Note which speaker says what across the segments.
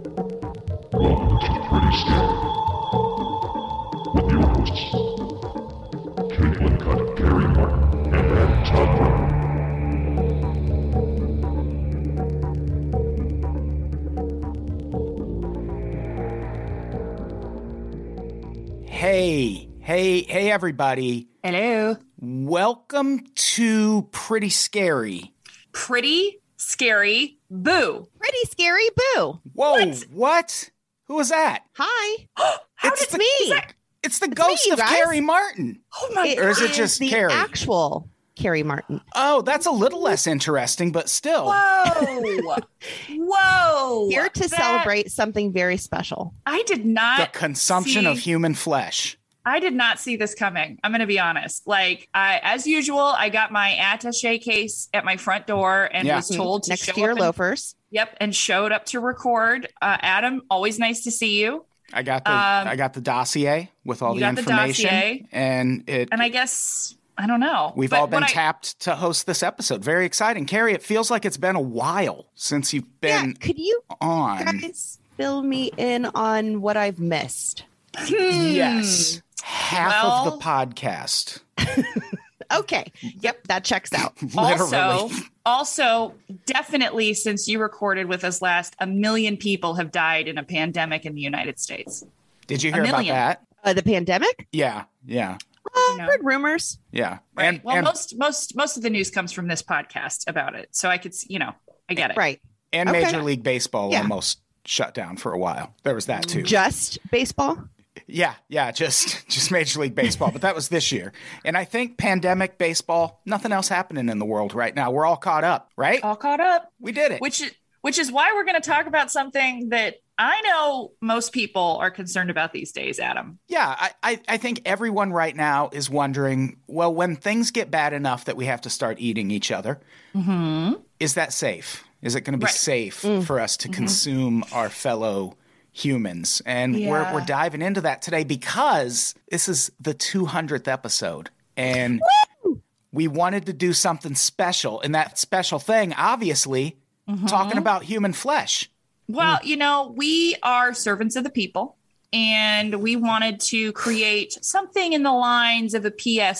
Speaker 1: Welcome to the Pretty Scary. With your hosts, Caitlin Cutt, Gary Martin, and Adam Todd Martin.
Speaker 2: Hey, hey, hey, everybody.
Speaker 3: Hello.
Speaker 2: Welcome to Pretty Scary.
Speaker 3: Pretty scary boo.
Speaker 4: Pretty scary boo.
Speaker 2: Whoa, what?
Speaker 3: What?
Speaker 2: Who was that?
Speaker 4: Hi.
Speaker 3: How
Speaker 2: It's
Speaker 3: did
Speaker 2: the-
Speaker 4: me.
Speaker 3: is that-
Speaker 2: It's the
Speaker 4: It's me,
Speaker 2: ghost
Speaker 4: you
Speaker 2: of
Speaker 4: guys.
Speaker 2: Carrie Martin.
Speaker 3: oh my
Speaker 2: Or is it
Speaker 4: is
Speaker 2: just
Speaker 4: the
Speaker 2: Carrie?
Speaker 4: actual Carrie Martin?
Speaker 2: Oh, that's a little less interesting, but still.
Speaker 3: Whoa. Whoa.
Speaker 4: Here to
Speaker 3: That-
Speaker 4: celebrate something very special.
Speaker 3: I did
Speaker 2: The
Speaker 3: not
Speaker 2: consumption of
Speaker 3: see-
Speaker 2: human flesh.
Speaker 3: I did not see this coming. I'm gonna be honest. Like I as usual, I got my attache case at my front door and
Speaker 2: Yeah.
Speaker 3: was told to
Speaker 4: next
Speaker 3: show
Speaker 4: to your
Speaker 3: up and-
Speaker 4: loafers.
Speaker 3: Yep, and showed up to record. Uh, Adam, always nice to see you.
Speaker 2: I got the
Speaker 3: Um,
Speaker 2: I got the dossier with all
Speaker 3: you
Speaker 2: the
Speaker 3: got the
Speaker 2: information,
Speaker 3: dossier.
Speaker 2: and it.
Speaker 3: And I guess I don't know.
Speaker 2: we've
Speaker 3: But
Speaker 2: all been
Speaker 3: when I-
Speaker 2: tapped to host this episode. Very exciting, Carrie. It feels like it's been a while since you've
Speaker 4: yeah.
Speaker 2: been
Speaker 4: Could you
Speaker 2: on.
Speaker 4: guys fill me in on what I've missed?
Speaker 3: Hmm.
Speaker 2: Yes. Half of
Speaker 3: Well-
Speaker 2: the podcast.
Speaker 4: Okay. Yep. That checks out.
Speaker 2: Literally.
Speaker 3: Also, also, definitely since you recorded with us last, a million people have died in a pandemic in the United States.
Speaker 2: Did you
Speaker 3: a
Speaker 2: hear about
Speaker 3: million.
Speaker 2: that?
Speaker 4: Uh, the pandemic.
Speaker 2: Yeah. Yeah.
Speaker 4: Oh,
Speaker 3: No.
Speaker 4: heard rumors.
Speaker 2: Yeah.
Speaker 3: Right.
Speaker 2: And,
Speaker 3: well,
Speaker 2: and,
Speaker 3: most most most of the news comes from this podcast about it, so I could, s- you know, I get it.
Speaker 4: Right.
Speaker 2: and
Speaker 4: okay.
Speaker 2: Major League Baseball
Speaker 4: Yeah.
Speaker 2: almost shut down for a while. There was that too.
Speaker 4: Just baseball.
Speaker 2: yeah. Yeah. Just, just Major League Baseball. but that was this year. And I think pandemic baseball, nothing else happening in the world right now. We're all caught up, right?
Speaker 3: All caught up,
Speaker 2: we did it.
Speaker 3: Uh, which which is why we're going to talk about something that I know most people are concerned about these days. Adam,
Speaker 2: Yeah, I, I, I think everyone right now is wondering well, when things get bad enough that we have to start eating each other, Mm-hmm. is that safe? Is it going to be
Speaker 3: Right. Mm. Mm-hmm.
Speaker 2: safe for us to consume our fellow humans? And we're,
Speaker 3: Yeah.
Speaker 2: we're diving into that today because this is the 200th episode. And we wanted to do something special. And that special thing, obviously,
Speaker 3: Mm-hmm.
Speaker 2: talking about human flesh.
Speaker 3: Well,
Speaker 2: Mm.
Speaker 3: you know, we are servants of the people and we wanted to create something in the lines of a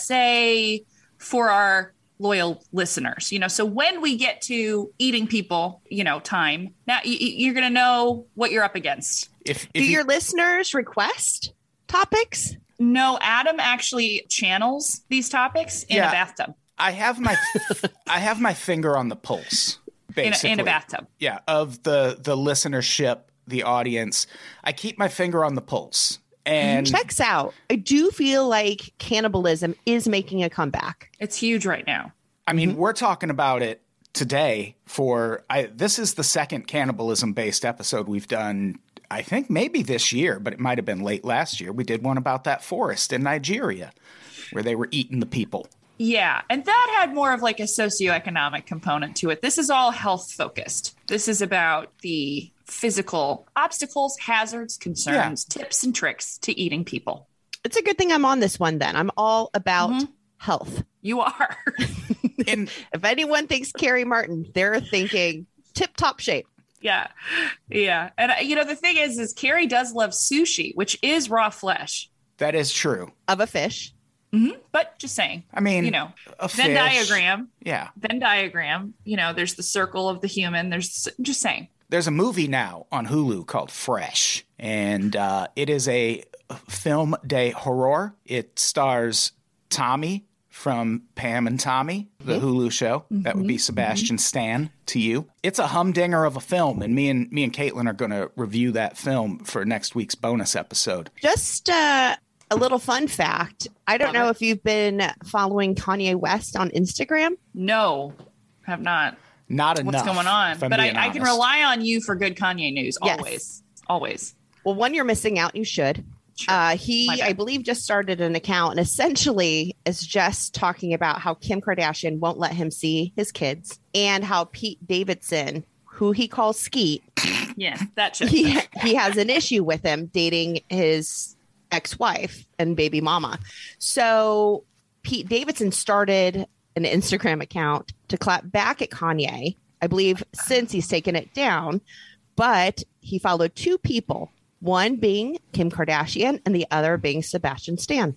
Speaker 3: PSA for our loyal listeners. You know, so when we get to eating people, you know, time, now y- y- you're going to know what you're up against.
Speaker 2: If,
Speaker 4: Do
Speaker 2: if you-
Speaker 4: your listeners request topics?
Speaker 3: No, Adam actually channels these topics in
Speaker 2: Yeah.
Speaker 3: a bathtub.
Speaker 2: I have my I have my finger on the pulse,
Speaker 3: In a,
Speaker 2: basically.
Speaker 3: in a bathtub.
Speaker 2: Yeah, of the the listenership, the audience. I keep my finger on the pulse, and
Speaker 3: Mm-hmm.
Speaker 4: Checks out. I do feel like cannibalism is making a comeback.
Speaker 3: It's huge right now.
Speaker 2: I
Speaker 3: Mm-hmm.
Speaker 2: mean, we're talking about it today. For I, this is the second cannibalism based episode we've done. I think maybe this year, but it might have been late last year. We did one about that forest in Nigeria, where they were eating the people.
Speaker 3: Yeah. And that had more of like a socioeconomic component to it. This is all health focused. This is about the physical obstacles, hazards, concerns, tips, and tricks to eating people.
Speaker 4: It's a good thing I'm on this one then. I'm all about
Speaker 3: Mm-hmm.
Speaker 4: health.
Speaker 3: You are.
Speaker 2: And
Speaker 4: If anyone thinks Carrie Martin, they're thinking tip top shape.
Speaker 3: yeah. Yeah. And uh, you know, the thing is, is Carrie does love sushi, which is raw flesh,
Speaker 2: that is true.
Speaker 4: Of a fish,
Speaker 3: but just saying,
Speaker 2: I mean,
Speaker 3: you know,
Speaker 2: a
Speaker 3: Venn
Speaker 2: fish-
Speaker 3: diagram,
Speaker 2: Yeah,
Speaker 3: Venn diagram, you know, there's the circle of the human. There's just saying.
Speaker 2: there's a movie now on Hulu called Fresh, and uh, it is a film de horror. It stars Tommy from Pam and Tommy, the
Speaker 3: Mm-hmm.
Speaker 2: Hulu show. That would be Sebastian Stan to you. It's a humdinger of a film, and me and me and Caitlin are going to review that film for next week's bonus episode.
Speaker 4: just uh, a little fun fact. I don't know if you've been following Kanye West on Instagram.
Speaker 3: No, have not.
Speaker 2: Not enough.
Speaker 3: what's going on.
Speaker 2: if I'm
Speaker 3: But
Speaker 2: being
Speaker 3: I, I can
Speaker 2: honest.
Speaker 3: rely on you for good Kanye news
Speaker 4: Yes.
Speaker 3: always. Always.
Speaker 4: Well, one you're missing out. You should.
Speaker 3: Sure.
Speaker 4: Uh,
Speaker 3: My
Speaker 4: he,
Speaker 3: bad.
Speaker 4: I believe, just started an account and essentially is just talking about how Kim Kardashian won't let him see his kids and how Pete Davidson, who he calls Skeet,
Speaker 3: yeah, that should.
Speaker 4: he he has an issue with him dating his ex-wife and baby mama. So Pete Davidson started an Instagram account to clap back at Kanye, I believe, since he's taken it down. But he followed two people, one being Kim Kardashian and the other being Sebastian Stan.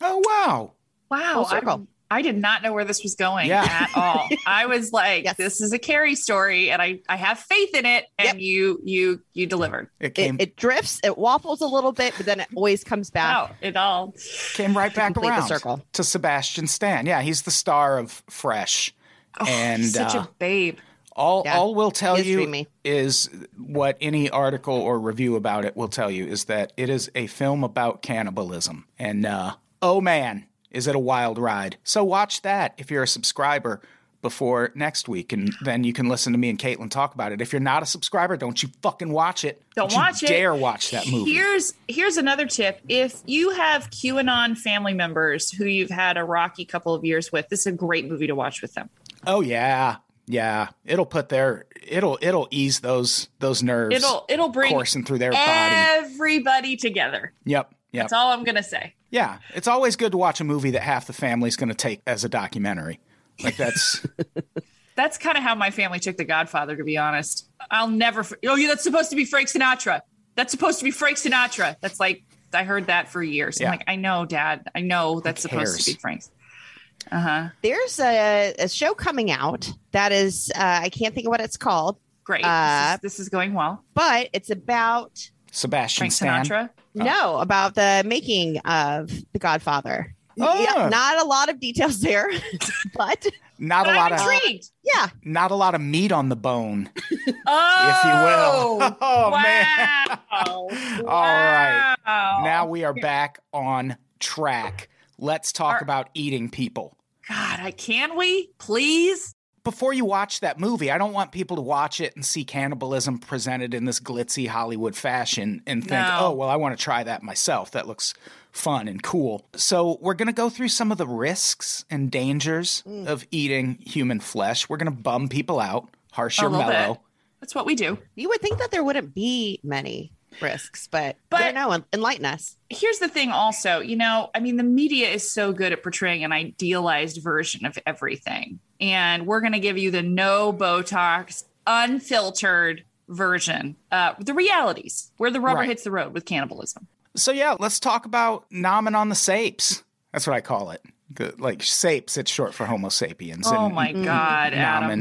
Speaker 2: Oh wow.
Speaker 3: Wow.
Speaker 4: Full circle.
Speaker 3: I, I did not know where this was going
Speaker 2: Yeah.
Speaker 3: at all. I was like,
Speaker 4: Yes.
Speaker 3: this is a Carrie story and I, I have faith in it. And
Speaker 4: Yep.
Speaker 3: you, you, you delivered.
Speaker 2: It
Speaker 4: It,
Speaker 2: came
Speaker 4: it drifts, it waffles a little bit, but then it always comes back.
Speaker 3: Wow. It all.
Speaker 2: came right Oh, back
Speaker 4: complete the
Speaker 2: around
Speaker 4: circle.
Speaker 2: to Sebastian Stan. Yeah, he's the star of Fresh.
Speaker 3: Oh,
Speaker 2: And,
Speaker 3: he's such
Speaker 2: uh,
Speaker 3: a babe.
Speaker 2: All
Speaker 4: Yeah.
Speaker 2: all we'll tell
Speaker 4: He is
Speaker 2: you
Speaker 4: dreamy.
Speaker 2: is what any article or review about it will tell you is that it is a film about cannibalism. And uh, oh man, is it a wild ride? So watch that if you're a subscriber before next week, and then you can listen to me and Caitlin talk about it. If you're not a subscriber, don't you fucking watch it.
Speaker 3: Don't
Speaker 2: you
Speaker 3: watch it.
Speaker 2: Dare watch that movie.
Speaker 3: Here's here's another tip. If you have QAnon family members who you've had a rocky couple of years with, this is a great movie to watch with them.
Speaker 2: Oh yeah, yeah. It'll put their it'll it'll ease those those nerves
Speaker 3: It'll it'll bring
Speaker 2: coursing through their body.
Speaker 3: everybody together.
Speaker 2: Yep, yep.
Speaker 3: That's all I'm gonna say.
Speaker 2: Yeah, it's always good to watch a movie that half the family's going to take as a documentary. Like that's
Speaker 3: That's kind of how my family took The Godfather, to be honest. I'll never. f- Oh, yeah, that's supposed to be Frank Sinatra. That's supposed to be Frank Sinatra. That's like I heard that for years.
Speaker 2: Yeah.
Speaker 3: I'm like, I know, Dad. I know that's supposed to
Speaker 2: cares?
Speaker 3: be Frank's. Uh huh.
Speaker 4: There's a, a show coming out that is, uh, I can't think of what it's called,
Speaker 3: Great.
Speaker 4: Uh,
Speaker 3: this, is, this is going well.
Speaker 4: but it's about,
Speaker 2: Sebastian
Speaker 3: Frank
Speaker 2: Stan.
Speaker 3: Sinatra.
Speaker 4: no, about the making of The Godfather.
Speaker 2: Oh.
Speaker 4: Yeah, not a lot of details there, but
Speaker 2: Not
Speaker 3: But
Speaker 2: a lot
Speaker 3: I'm
Speaker 2: of
Speaker 3: intrigued.
Speaker 4: yeah,
Speaker 2: not a lot of meat on the bone, if you
Speaker 3: Oh,
Speaker 2: will. Oh
Speaker 3: wow.
Speaker 2: man.
Speaker 3: All
Speaker 2: right.
Speaker 3: Wow.
Speaker 2: Now we are back on track. Let's talk
Speaker 3: Are-
Speaker 2: about eating people.
Speaker 3: God, I can we please?
Speaker 2: Before you watch that movie, I don't want people to watch it and see cannibalism presented in this glitzy Hollywood fashion and think,
Speaker 3: No.
Speaker 2: oh, well, I want to try that myself. That looks fun and cool. So, we're going to go through some of the risks and dangers
Speaker 3: Mm.
Speaker 2: of eating human flesh. We're going to bum people out, harsh
Speaker 3: A
Speaker 2: or
Speaker 3: little
Speaker 2: mellow.
Speaker 3: bit. That's what we do.
Speaker 4: you would think that there wouldn't be many risks, but,
Speaker 3: But-
Speaker 4: but I don't know, en- enlighten us.
Speaker 3: here's the thing also you know i mean the media is so good at portraying an idealized version of everything and we're going to give you the no botox unfiltered version uh the realities where the rubber
Speaker 2: Right.
Speaker 3: hits the road with cannibalism
Speaker 2: So, yeah, let's talk about nomming on the sapes. That's what I call it. The, like, sapes, it's short for Homo sapiens.
Speaker 3: oh
Speaker 2: and
Speaker 3: my god adam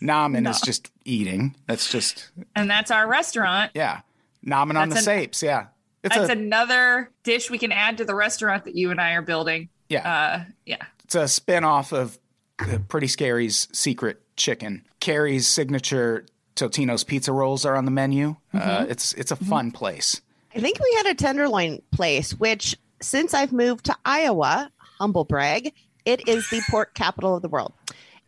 Speaker 2: Nomin, nomin is just eating. That's just,
Speaker 3: and that's our restaurant
Speaker 2: yeah. Nomin on the
Speaker 3: That's
Speaker 2: sapes, yeah. It's
Speaker 3: that's
Speaker 2: a,
Speaker 3: another dish we can add to the restaurant that you and i are building
Speaker 2: yeah.
Speaker 3: uh yeah
Speaker 2: It's a spin-off of uh, Pretty Scary's Secret Chicken. Carrie's signature Totino's pizza rolls are on the menu.
Speaker 3: Mm-hmm.
Speaker 2: Uh, it's it's a fun place.
Speaker 4: I think we had a tenderloin place, which since I've moved to Iowa, humble brag, it is the pork capital of the world.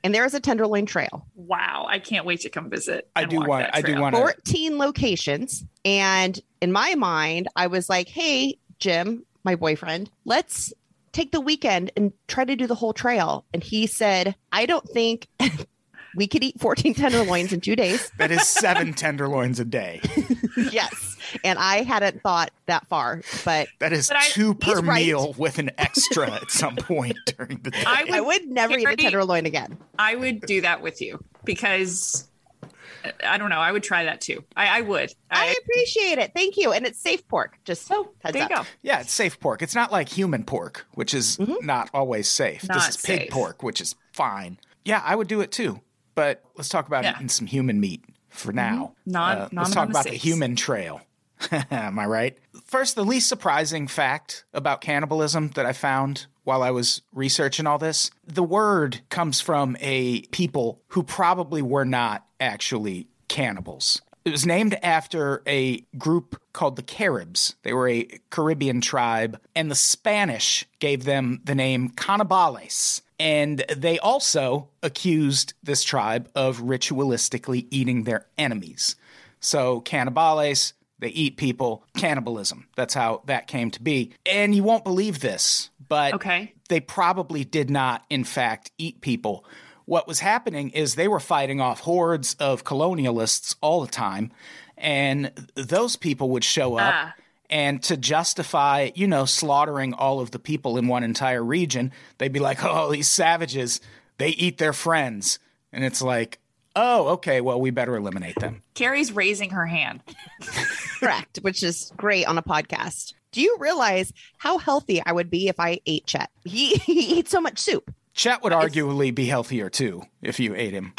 Speaker 4: And there is a tenderloin trail,
Speaker 3: wow i can't wait to come visit
Speaker 2: I
Speaker 3: and
Speaker 2: do
Speaker 3: walk
Speaker 2: want
Speaker 3: that
Speaker 2: I do
Speaker 3: trail.
Speaker 2: want to
Speaker 4: 14 locations. And in my mind, I was like, hey, Jim, my boyfriend, let's take the weekend and try to do the whole trail. And he said, I don't think we could eat 14 tenderloins in two days.
Speaker 2: that is seven tenderloins a day.
Speaker 4: yes. And I hadn't thought that far, but
Speaker 2: That is
Speaker 3: But I-
Speaker 2: two per
Speaker 4: he's right.
Speaker 2: meal with an extra at some point during the day.
Speaker 3: I would
Speaker 4: I would never eat a
Speaker 3: Gary-
Speaker 4: tenderloin again.
Speaker 3: I would do that with you because uh, I don't know. I would try that too. I, I would.
Speaker 4: I
Speaker 3: I,
Speaker 4: appreciate it. Thank you. And it's safe pork. Just so heads
Speaker 3: there you
Speaker 4: up.
Speaker 3: go.
Speaker 2: yeah, it's safe pork. It's not like human pork, which is not always safe.
Speaker 3: Mm-hmm. Not
Speaker 2: this is pig
Speaker 3: safe.
Speaker 2: pork, which is fine. Yeah, I would do it too. But let's talk about
Speaker 3: Yeah. Mm-hmm.
Speaker 2: eating some human meat for now.
Speaker 3: Non-
Speaker 2: Uh, let's
Speaker 3: non-
Speaker 2: talk about the
Speaker 3: non-safe.
Speaker 2: human trail. Am I right? First, the least surprising fact about cannibalism that I found while I was researching all this the word comes from a people who probably were not actually cannibals. It was named after a group called the Caribs. They were a Caribbean tribe, and the Spanish gave them the name Cannibales. And they also accused this tribe of ritualistically eating their enemies. So cannibales, they eat people, cannibalism. That's how that came to be. And you won't believe this, but
Speaker 3: Okay.
Speaker 2: they probably did not, in fact, eat people. What was happening is they were fighting off hordes of colonialists all the time, and those people would show up.
Speaker 3: Ah.
Speaker 2: And to justify, you know, slaughtering all of the people in one entire region, they'd be like, oh, these savages, they eat their friends. And it's like, oh, okay, well, we better eliminate them.
Speaker 3: Carrie's raising her hand.
Speaker 4: Correct, which is great on a podcast. Do you realize how healthy I would be if I ate Chet? He, he eats so much soup.
Speaker 2: Chet would arguably be healthier too if you ate him.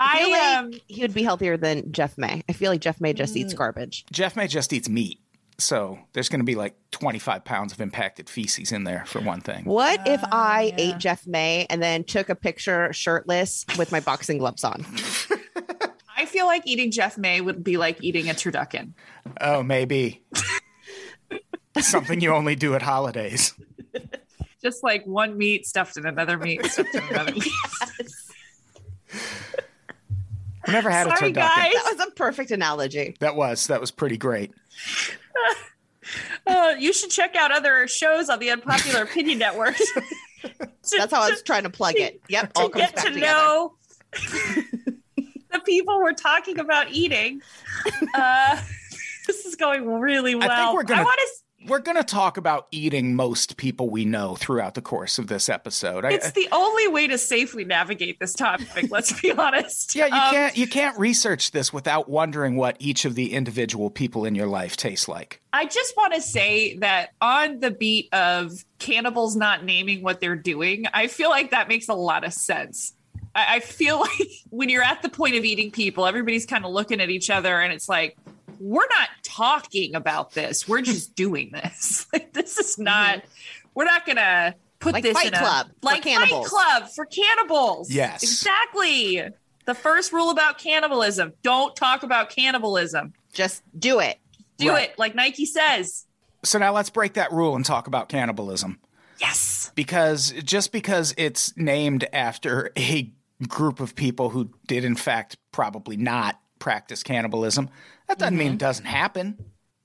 Speaker 4: I feel
Speaker 3: I um Mm.
Speaker 4: like he would be healthier than Jeff May. I feel like Jeff May just eats garbage.
Speaker 2: Jeff May just eats meat. So there's going to be like 25 pounds of impacted feces in there for one thing.
Speaker 4: What if
Speaker 3: Ah,
Speaker 4: I
Speaker 3: yeah.
Speaker 4: ate Jeff May and then took a picture shirtless with my boxing gloves on?
Speaker 3: I feel like eating Jeff May would be like eating a turducken.
Speaker 2: Oh, maybe. Something you only do at holidays.
Speaker 3: Just like one meat stuffed in another meat stuffed in another meat.
Speaker 2: I never had
Speaker 3: Sorry,
Speaker 2: a turducken.
Speaker 3: guys.
Speaker 4: That was a perfect analogy.
Speaker 2: That was that was pretty great.
Speaker 3: Uh, you should check out other shows on the Unpopular Opinion Network. to,
Speaker 4: That's how I was trying to plug it. Yep,
Speaker 3: to
Speaker 4: all comes
Speaker 3: get
Speaker 4: back
Speaker 3: to
Speaker 4: together.
Speaker 3: know the people we're talking about eating. Uh, this is going really well.
Speaker 2: we're gonna-
Speaker 3: want to.
Speaker 2: We're going to talk about eating most people we know throughout the course of this episode. I, uh,
Speaker 3: It's the only way to safely navigate this topic. Let's be honest.
Speaker 2: yeah, you
Speaker 3: Um,
Speaker 2: can't you can't research this without wondering what each of the individual people in your life tastes like.
Speaker 3: I just want to say that on the beat of cannibals not naming what they're doing, I feel like that makes a lot of sense. I, I feel like when you're at the point of eating people, everybody's kind of looking at each other and it's like, we're not talking about this. We're just doing this. Like, this is not, we're not going to put
Speaker 4: Mm-hmm. Like
Speaker 3: this
Speaker 4: Fight
Speaker 3: in a-
Speaker 4: Club for
Speaker 3: like Fight
Speaker 4: cannibals.
Speaker 3: Club for cannibals.
Speaker 2: Yes.
Speaker 3: Exactly. The first rule about cannibalism don't talk about cannibalism.
Speaker 4: Just do it.
Speaker 3: Do
Speaker 2: Right.
Speaker 3: it like Nike says.
Speaker 2: So now let's break that rule and talk about cannibalism.
Speaker 3: Yes.
Speaker 2: because just because it's named after a group of people who did in fact probably not practice cannibalism that doesn't mean it doesn't happen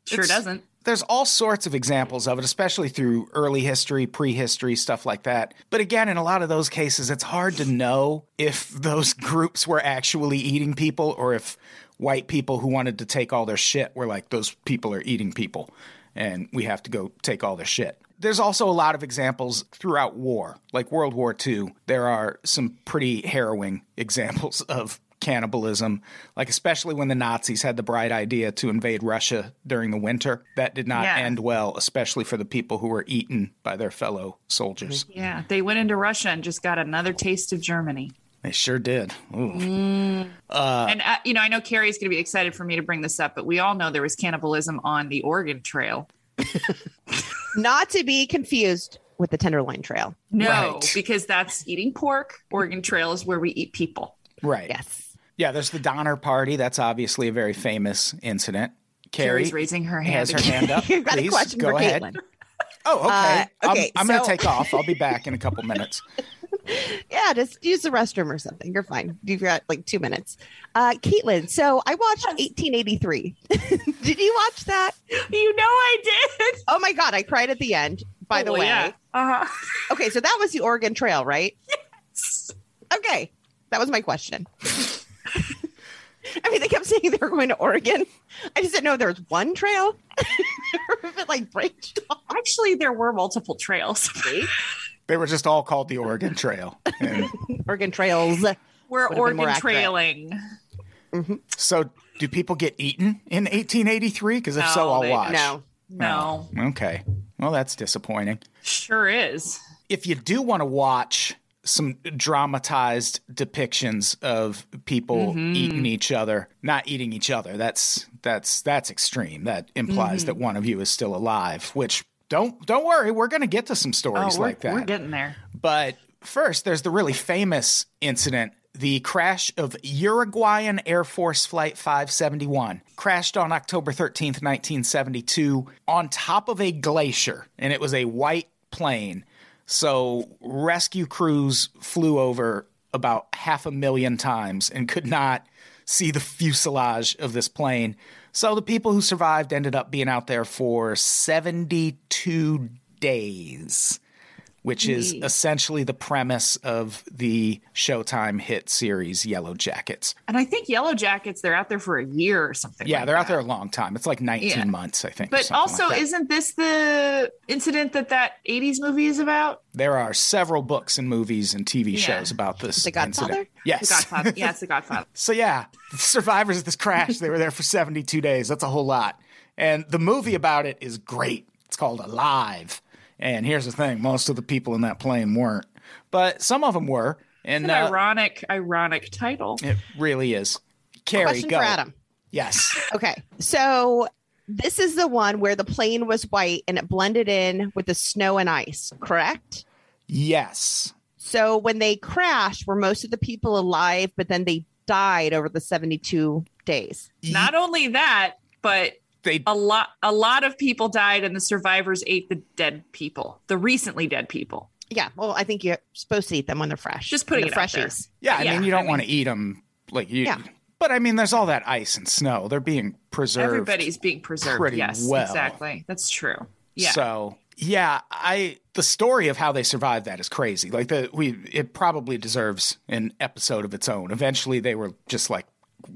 Speaker 3: Sure
Speaker 2: It's-
Speaker 3: doesn't.
Speaker 2: there's all sorts of examples of it especially through early history prehistory stuff like that but again in a lot of those cases it's hard to know if those groups were actually eating people or if white people who wanted to take all their shit were like those people are eating people and we have to go take all their shit there's also a lot of examples throughout war like world war ii there are some pretty harrowing examples of cannibalism, like especially when the Nazis had the bright idea to invade Russia during the winter. That did not
Speaker 3: Yeah.
Speaker 2: end well, especially for the people who were eaten by their fellow soldiers.
Speaker 3: Yeah, they went into Russia and just got another taste of Germany.
Speaker 2: They sure did. Ooh.
Speaker 4: Mm.
Speaker 3: and uh, you know, I know Carrie's going to be excited for me to bring this up, but we all know there was cannibalism on the Oregon Trail.
Speaker 4: Not to be confused with the Tenderloin Trail.
Speaker 3: No,
Speaker 2: Right.
Speaker 3: because that's eating pork. Oregon Trail is where we eat people.
Speaker 2: Right.
Speaker 4: Yes.
Speaker 2: Yeah, there's the Donner Party. That's obviously a very famous incident. Carrie
Speaker 3: Carrie's raising her hand.
Speaker 2: has her
Speaker 3: again.
Speaker 2: hand up.
Speaker 4: You've got
Speaker 2: Uh, Please
Speaker 4: a question
Speaker 2: go
Speaker 4: for
Speaker 2: ahead.
Speaker 4: Caitlin.
Speaker 2: Oh, okay.
Speaker 4: Uh,
Speaker 2: I'm-
Speaker 4: okay,
Speaker 2: I'm, going
Speaker 4: so-
Speaker 2: to take off. I'll be back in a couple minutes.
Speaker 4: Yeah, just use the restroom or something. You're fine. You've got like two minutes. Uh, Caitlin, so I watched 1883. Did you watch that?
Speaker 3: You know, I did.
Speaker 4: Oh my God, I cried at the end, by the
Speaker 3: Well,
Speaker 4: way.
Speaker 3: Oh, yeah. Uh-huh.
Speaker 4: Okay, so that was the Oregon Trail, right? Okay, that was my question. I mean, they kept saying they were going to Oregon. I just didn't know there was one trail. If it like branched off.
Speaker 3: Actually, there were multiple trails.
Speaker 2: They were just all called the Oregon Trail. And
Speaker 4: Oregon Trails.
Speaker 3: We're
Speaker 4: Would've been more
Speaker 3: Oregon
Speaker 4: accurate.
Speaker 3: trailing.
Speaker 2: so, do people get eaten in 1883? Because if so,
Speaker 3: No,
Speaker 2: I'll
Speaker 3: they-
Speaker 2: watch.
Speaker 4: No.
Speaker 3: No,
Speaker 2: Okay. Well, that's disappointing.
Speaker 3: sure is.
Speaker 2: If you do want to watch some dramatized depictions of people
Speaker 3: Mm-hmm.
Speaker 2: eating each other, not eating each other, that's that's that's extreme. That implies
Speaker 3: Mm-hmm.
Speaker 2: that one of you is still alive, which don't don't worry, we're going to get to some
Speaker 3: Oh,
Speaker 2: stories
Speaker 3: we're,
Speaker 2: like that.
Speaker 3: we're getting there.
Speaker 2: But first, there's the really famous incident the crash of Uruguayan Air Force Flight 571. Crashed on October 13th, 1972, on top of a glacier, and it was a white plane. So rescue crews flew over about half a million times and could not see the fuselage of this plane. So the people who survived ended up being out there for 72 days which is
Speaker 4: Indeed.
Speaker 2: essentially the premise of the Showtime hit series Yellow Jackets.
Speaker 3: And I think Yellow Jackets, they're out there for a year or something.
Speaker 2: Yeah,
Speaker 3: like
Speaker 2: they're out
Speaker 3: that.
Speaker 2: there a long time. It's like 19
Speaker 3: Yeah.
Speaker 2: months, I think. or
Speaker 3: But
Speaker 2: something
Speaker 3: also,
Speaker 2: like that.
Speaker 3: isn't this the incident that that 80s movie is about?
Speaker 2: there are several books and movies and TV
Speaker 3: Yeah.
Speaker 2: shows about this
Speaker 4: The Godfather?
Speaker 2: incident.
Speaker 3: The
Speaker 2: Yes.
Speaker 3: Godfather. yeah, it's The Godfather.
Speaker 2: So yeah, the survivors of this crash, they were there for 72 days. That's a whole lot. And the movie about it is great. It's called Alive. And here's the thing, most of the people in that plane weren't, but some of them were. And
Speaker 3: An
Speaker 2: uh,
Speaker 3: ironic, ironic title.
Speaker 2: it really is. Carrie,
Speaker 4: Question
Speaker 2: go.
Speaker 4: for Adam.
Speaker 2: Yes.
Speaker 4: Okay. So this is the one where the plane was white and it blended in with the snow and ice, correct?
Speaker 2: Yes.
Speaker 4: So when they crashed, were most of the people alive, but then they died over the 72 days.
Speaker 3: Not only that, but
Speaker 2: They
Speaker 3: a lot, a lot of people died, and the survivors ate the dead people, the recently dead people.
Speaker 4: Yeah. Well, I think you're supposed to eat them when they're fresh.
Speaker 3: Just putting
Speaker 4: They're
Speaker 3: it out there.
Speaker 4: freshies.
Speaker 2: Yeah, I
Speaker 3: Yeah,
Speaker 2: mean you
Speaker 3: I
Speaker 2: don't want to eat them like you
Speaker 4: Yeah.
Speaker 2: But I mean there's all that ice and snow. They're being preserved.
Speaker 3: Everybody's being preserved.
Speaker 2: pretty
Speaker 3: yes,
Speaker 2: well.
Speaker 3: exactly. That's true. Yeah.
Speaker 2: So yeah, I the story of how they survived that is crazy. Like the we it probably deserves an episode of its own. Eventually they were just like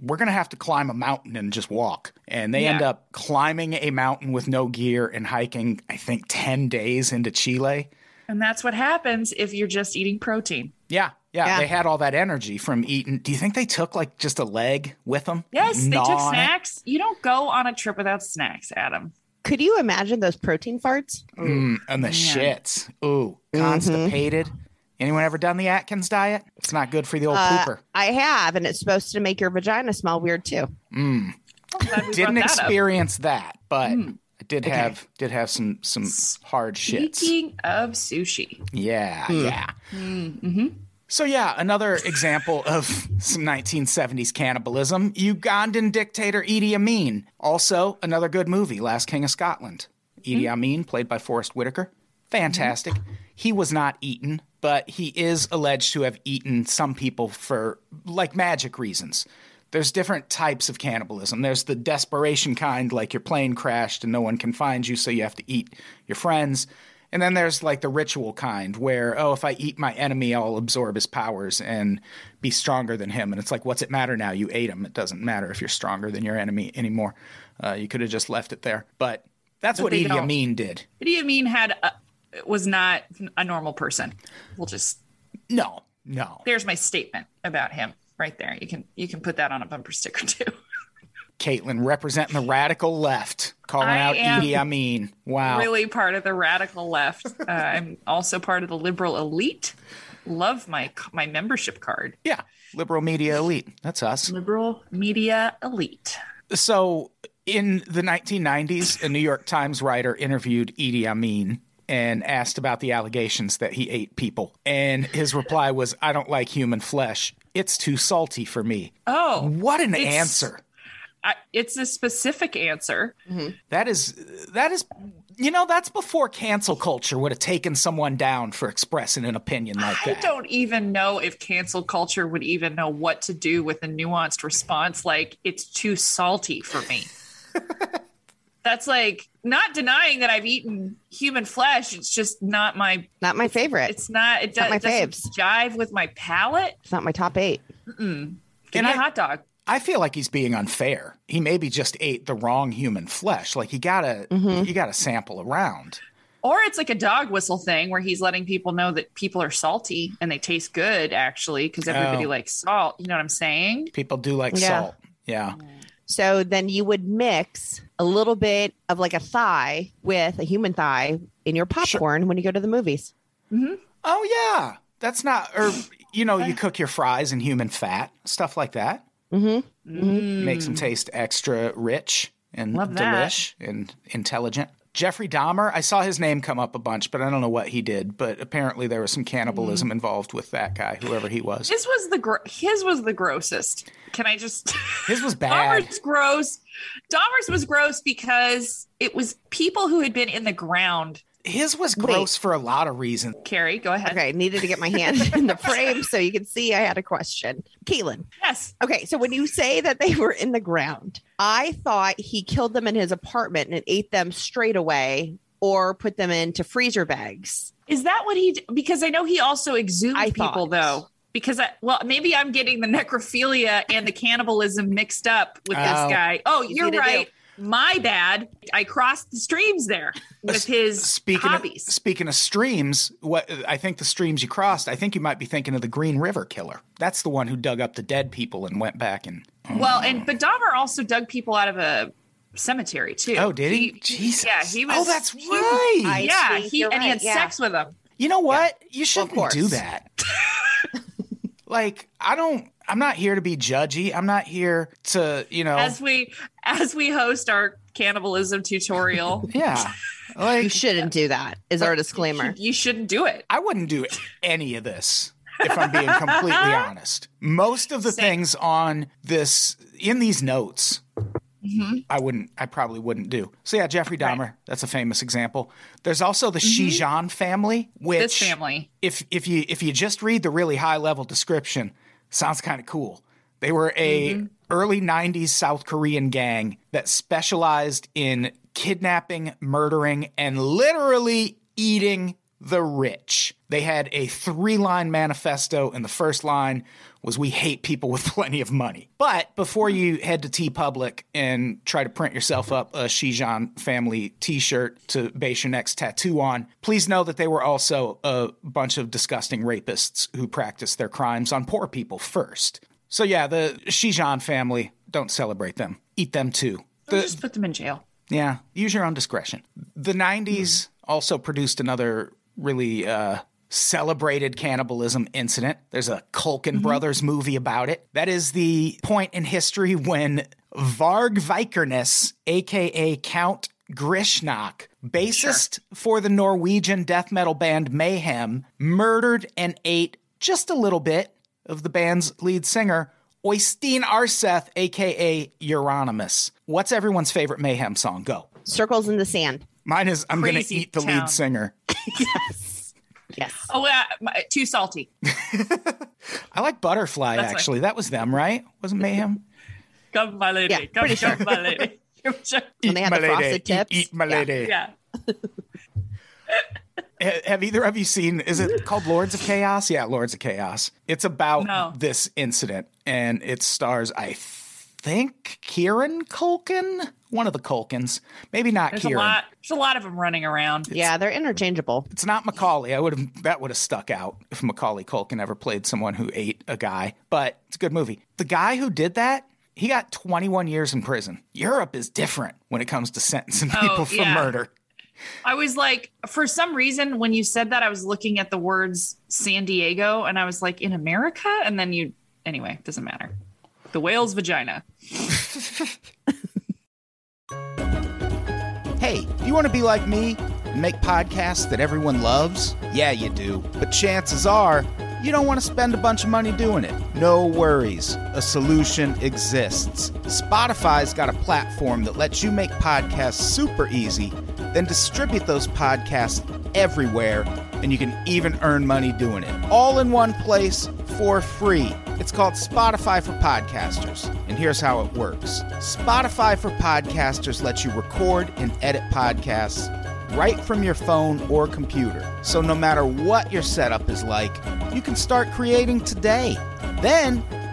Speaker 2: we're going to have to climb a mountain and just walk. And they end
Speaker 3: Yeah.
Speaker 2: up climbing a mountain with no gear and hiking I think 10 days into Chile.
Speaker 3: and that's what happens if you're just eating protein.
Speaker 2: Yeah. Yeah,
Speaker 4: Yeah.
Speaker 2: they had all that energy from eating. Do you think they took like just a leg with them?
Speaker 3: Yes, they
Speaker 2: Gnaw
Speaker 3: took
Speaker 2: on it?
Speaker 3: snacks. You don't go on a trip without snacks, Adam.
Speaker 4: Could you imagine those protein farts?
Speaker 2: Mm, and the shits. Ooh, constipated. Anyone ever done the Atkins diet? It's not good for the old
Speaker 4: Mm-hmm.
Speaker 2: Oh,
Speaker 4: Uh,
Speaker 2: pooper.
Speaker 4: I have, and it's supposed to make your vagina smell weird too.
Speaker 3: I'm glad we
Speaker 2: Didn't
Speaker 3: brought that up.
Speaker 2: experience that, but
Speaker 4: Mm.
Speaker 2: I did have did have some some hard shits.
Speaker 3: Speaking of sushi,
Speaker 2: Yeah, yeah. So yeah, another example of some 1970s cannibalism. Ugandan dictator Idi Amin. Also another good movie, Last King of Scotland. Idi Amin, played by Forrest Whitaker, fantastic. He was not eaten, but he is alleged to have eaten some people for like magic reasons. There's different types of cannibalism. There's the desperation kind, like your plane crashed and no one can find you, so you have to eat your friends. And then there's like the ritual kind where, oh, if I eat my enemy, I'll absorb his powers and be stronger than him. And it's like, what's it matter now? You ate him. It doesn't matter if you're stronger than your enemy anymore. Uh, you could have just left it there. But that's what
Speaker 3: they
Speaker 2: Idi
Speaker 3: don't.
Speaker 2: Amin did.
Speaker 3: Idi Amin had a, was not a normal person. We'll just
Speaker 2: No, no.
Speaker 3: there's my statement about him right there. You can you can put that on a bumper sticker too.
Speaker 2: Caitlin representing the radical left, calling
Speaker 3: I
Speaker 2: out
Speaker 3: am
Speaker 2: Idi Amin. Wow.
Speaker 3: Really part of the radical left. Uh, I'm also part of the liberal elite. Love my my membership card.
Speaker 2: Yeah. Liberal media elite. That's us.
Speaker 3: Liberal media elite.
Speaker 2: So, in the 1990s, a New York Times writer interviewed Idi Amin and asked about the allegations that he ate people. And his reply was, I don't like human flesh. It's too salty for me.
Speaker 3: Oh,
Speaker 2: What an
Speaker 3: It's-
Speaker 2: answer.
Speaker 3: I, it's a specific answer.
Speaker 2: That is, that is, you know, that's before cancel culture would have taken someone down for expressing an opinion like
Speaker 3: I
Speaker 2: that.
Speaker 3: don't even know if cancel culture would even know what to do with a nuanced response like it's too salty for me. That's like not denying that I've eaten human flesh. It's just not my.
Speaker 4: Not my favorite. It's,
Speaker 3: It's not. It, do,
Speaker 4: Not my
Speaker 3: it doesn't
Speaker 4: faves.
Speaker 3: jive with my palate.
Speaker 4: not my top eight.
Speaker 3: Give
Speaker 2: And
Speaker 3: me a
Speaker 2: I-
Speaker 3: hot dog.
Speaker 2: I feel like he's being unfair. He maybe just ate the wrong human flesh. Like you gotta,
Speaker 3: Mm-hmm.
Speaker 2: you gotta sample around.
Speaker 3: Or it's like a dog whistle thing where he's letting people know that people are salty and they taste good actually because everybody
Speaker 2: Oh.
Speaker 3: likes salt. You know what I'm saying?
Speaker 2: People do like
Speaker 4: Yeah.
Speaker 2: salt. Yeah.
Speaker 4: So then you would mix a little bit of like a thigh with a human thigh in your popcorn when you go to the movies.
Speaker 2: Oh yeah, that's not or you know you cook your fries in human fat stuff like that. Mm-hmm. Makes them taste extra rich and
Speaker 3: Mm. Love that.
Speaker 2: delish and intelligent. Jeffrey Dahmer, I saw his name come up a bunch, but I don't know what he did. But apparently there was some
Speaker 3: Mm.
Speaker 2: cannibalism involved with that guy, whoever he was.
Speaker 3: His was the gr- his was the grossest. Can I just?
Speaker 2: His was bad.
Speaker 3: Dahmer's gross. Dahmer's was gross because it was people who had been in the ground.
Speaker 2: His was gross for a lot of reasons.
Speaker 3: Carrie, go ahead.
Speaker 4: Okay, needed to get my hand in the frame so you could see I had a question. Caitlin.
Speaker 3: Yes.
Speaker 4: Okay, so when you say that they were in the ground, I thought he killed them in his apartment and ate them straight away or put them into freezer bags.
Speaker 3: Is that what he? d- Because I know he also exhumed
Speaker 4: I thought.
Speaker 3: people though. Because I, well, maybe I'm getting the necrophilia and the cannibalism mixed up with this
Speaker 2: Oh.
Speaker 3: guy. Oh,
Speaker 4: Easy
Speaker 3: you're
Speaker 4: to do.
Speaker 3: right. My bad. I crossed the streams there with his
Speaker 2: Speaking of,
Speaker 3: hobbies.
Speaker 2: speaking of streams, what I think the streams you crossed, I think you might be thinking of the Green River Killer. That's the one who dug up the dead people and went back and
Speaker 3: well, and but Dahmer also dug people out of a cemetery too.
Speaker 2: oh, did he? Jesus,
Speaker 3: Yeah, he was.
Speaker 2: Oh, that's
Speaker 3: he-
Speaker 2: right.
Speaker 4: I-
Speaker 3: yeah,
Speaker 4: see,
Speaker 3: he
Speaker 4: you're
Speaker 3: and he
Speaker 4: right,
Speaker 3: had
Speaker 4: yeah.
Speaker 3: sex with them.
Speaker 2: You know what? You
Speaker 4: Well, of
Speaker 2: shouldn't
Speaker 4: course.
Speaker 2: do that. like, I don't. I'm not here to be judgy. I'm not here to, you know.
Speaker 3: as we as we host our cannibalism tutorial
Speaker 2: yeah.
Speaker 4: You
Speaker 2: Like,
Speaker 4: shouldn't do that. Is our disclaimer.
Speaker 3: you shouldn't do it
Speaker 2: I wouldn't do any of this if I'm being completely honest. Most of the
Speaker 3: Same.
Speaker 2: things on this in these notes,
Speaker 3: Mm-hmm.
Speaker 2: I wouldn't. I probably wouldn't do. So yeah, Jeffrey Dahmer. That's a famous example. There's also the Shijan family, which
Speaker 3: Mm-hmm. this family
Speaker 2: if if you if you just read the really high level description, sounds kind of cool. They were a early '90s South Korean gang that specialized in kidnapping, murdering, and literally eating the rich. They had a three line manifesto, and the first line was "We hate people with plenty of money." But before you head to T Public and try to print yourself up a Shijan family T-shirt to base your next tattoo on, please know that they were also a bunch of disgusting rapists who practiced their crimes on poor people first. So yeah, the Shijan family don't celebrate them. Eat them too.
Speaker 3: We'll
Speaker 2: The-
Speaker 3: just put them in jail
Speaker 2: yeah, use your own discretion. The 90s also produced another really uh, celebrated cannibalism incident. There's a Culkin Brothers movie about it. That is the point in history when Varg Vikernes, aka Count Grishnak, bassist for the Norwegian death metal band Mayhem, murdered and ate just a little bit of the band's lead singer, Oystein Arseth, aka Euronymous. What's everyone's favorite Mayhem song? Go.
Speaker 4: Circles in the sand.
Speaker 2: Mine is I'm going to
Speaker 3: Crazy
Speaker 2: eat the
Speaker 3: Town.
Speaker 2: lead singer.
Speaker 4: Yes.
Speaker 3: oh uh, my- too salty
Speaker 2: I like Butterfly,
Speaker 3: That's my-
Speaker 2: actually. That was them, right? Wasn't Mayhem?
Speaker 3: come my lady
Speaker 4: Yeah,
Speaker 3: come,
Speaker 4: pretty
Speaker 3: come my lady Come, come.
Speaker 4: And they had the frosted
Speaker 2: Eat-
Speaker 4: tips.
Speaker 2: Eat, my
Speaker 4: Yeah.
Speaker 2: lady.
Speaker 3: yeah
Speaker 2: Ha- Have either of you seen, is it called Lords of Chaos? Yeah, Lords of Chaos. It's about
Speaker 3: No.
Speaker 2: this incident, and it stars, I think, Kieran Culkin? One of the Culkins. Maybe not
Speaker 3: there's
Speaker 2: Kieran.
Speaker 3: a lot there's a lot of them running around
Speaker 4: Yeah, they're interchangeable.
Speaker 2: It's not Macaulay. I would have that would have stuck out if Macaulay Culkin ever played someone who ate a guy. But it's a good movie. The guy who did that, he got 21 years in prison. Europe is different when it comes to sentencing
Speaker 3: Oh,
Speaker 2: people for
Speaker 3: yeah.
Speaker 2: murder.
Speaker 3: i was like for some reason when you said that i was looking at the words san diego and i was like in america and then you anyway doesn't matter the whale's vagina
Speaker 2: Hey, you want to be like me and make podcasts that everyone loves? Yeah, you do. But chances are, you don't want to spend a bunch of money doing it. No worries. A solution exists. Spotify's got a platform that lets you make podcasts super easy, then distribute those podcasts everywhere, and you can even earn money doing it. All in one place for free. It's called Spotify for Podcasters, and here's how it works Spotify for Podcasters lets you record and edit podcasts right from your phone or computer. So no matter what your setup is like, you can start creating today. Then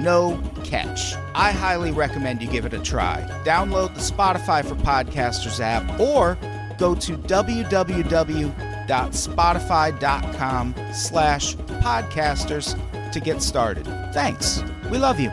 Speaker 2: no catch. I highly recommend you give it a try. Download the Spotify for Podcasters app or go to www.spotify.com slash podcasters to get started. Thanks. We love you.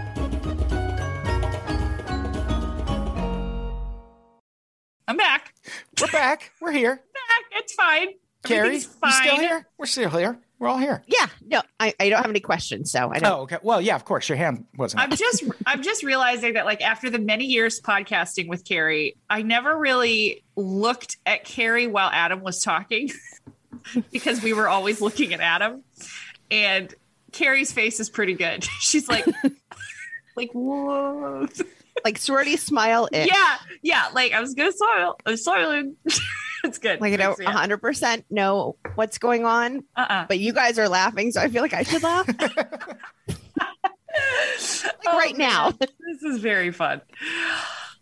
Speaker 3: i'm back
Speaker 2: We're back. We're here.
Speaker 3: back. It's fine.
Speaker 2: Carrie, you
Speaker 3: Everything's fine.
Speaker 2: still here? We're still here. We're all here.
Speaker 4: Yeah. No, I, I don't have any questions, so I don't.
Speaker 2: Oh, okay. Well, yeah, of course. Your hand wasn't. up.
Speaker 3: I'm just I'm just realizing that like after the many years podcasting with Carrie, I never really looked at Carrie while Adam was talking because we were always looking at Adam. and Carrie's face is pretty good. She's like, like whoa,
Speaker 2: Oh.
Speaker 4: Like sorority smile. It.
Speaker 3: yeah, yeah. Like I was gonna soil, I'm soiling. it's good.
Speaker 4: Like uh-huh. I don't
Speaker 3: Makes me-
Speaker 4: 100% know what's going on,
Speaker 3: uh-uh.
Speaker 4: but you guys are laughing, so I feel like I should laugh. Like
Speaker 3: Oh,
Speaker 4: right now.
Speaker 3: man, this is very fun.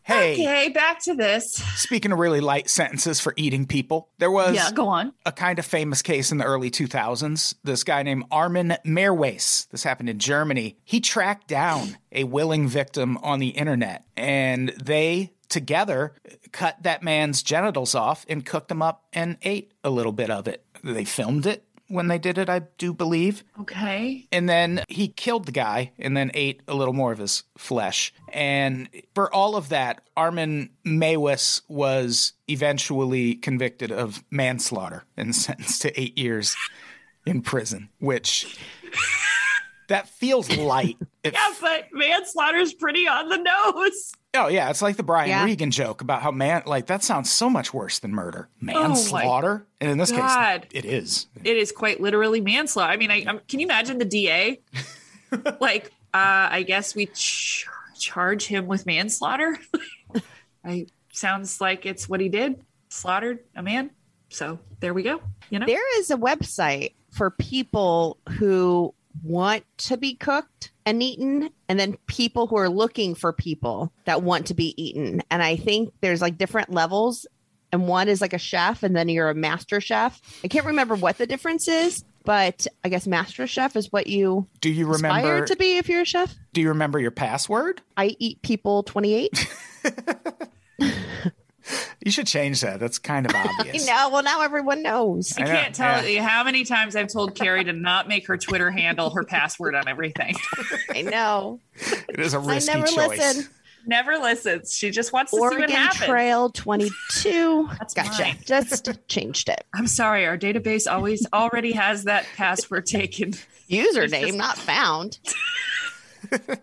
Speaker 2: Hey,
Speaker 3: Okay, back to this.
Speaker 2: speaking of really light sentences for eating people, there was
Speaker 3: Yeah, go on.
Speaker 2: a kind of famous case in the early 2000s. This guy named Armin Meerwes, this happened in Germany, he tracked down a willing victim on the internet and they together cut that man's genitals off and cooked him up and ate a little bit of it. They filmed it when they did it, I do believe.
Speaker 3: Okay.
Speaker 2: And then he killed the guy and then ate a little more of his flesh. And for all of that, Armin Mawes was eventually convicted of manslaughter and sentenced to eight years in prison, which that feels light. It-
Speaker 3: Yeah, but manslaughter's pretty on the nose.
Speaker 2: oh, yeah. It's like the Brian
Speaker 4: Yeah.
Speaker 2: Regan joke about how man, like, that sounds so much worse than murder.
Speaker 4: Oh
Speaker 2: Manslaughter? and in this
Speaker 3: God.
Speaker 2: case, it is.
Speaker 3: It is quite literally manslaughter. I mean, I, i can you imagine the DA? like, uh, I guess we ch- charge him with manslaughter. I sounds like it's what he did, slaughtered a man. So there we go. You know,
Speaker 4: There is a website for people who want to be cooked and eaten, and then people who are looking for people that want to be eaten. And I think there's like different levels, and one is like a chef, and then you're a master chef. I can't remember what the difference is, but I guess master chef is what you
Speaker 2: Do you remember?
Speaker 4: aspire to be if you're a chef.
Speaker 2: do you remember your password?
Speaker 4: I eat people 28.
Speaker 2: You should change that. That's kind of obvious.
Speaker 4: no, well, now everyone knows.
Speaker 3: I
Speaker 2: I know,
Speaker 3: can't tell
Speaker 2: yeah.
Speaker 3: you how many times I've told Carrie to not make her Twitter handle her password on everything.
Speaker 4: I know.
Speaker 2: It is a
Speaker 4: I
Speaker 2: risky
Speaker 4: never
Speaker 2: choice.
Speaker 4: listen.
Speaker 3: Never listens. She just wants to see what
Speaker 4: Oregon
Speaker 3: happens.
Speaker 4: Trail 22.
Speaker 3: That's
Speaker 4: gotcha.
Speaker 3: mine.
Speaker 4: Just changed it.
Speaker 3: I'm sorry, our database always already has that password taken. It's
Speaker 4: Username
Speaker 3: just-
Speaker 4: not found.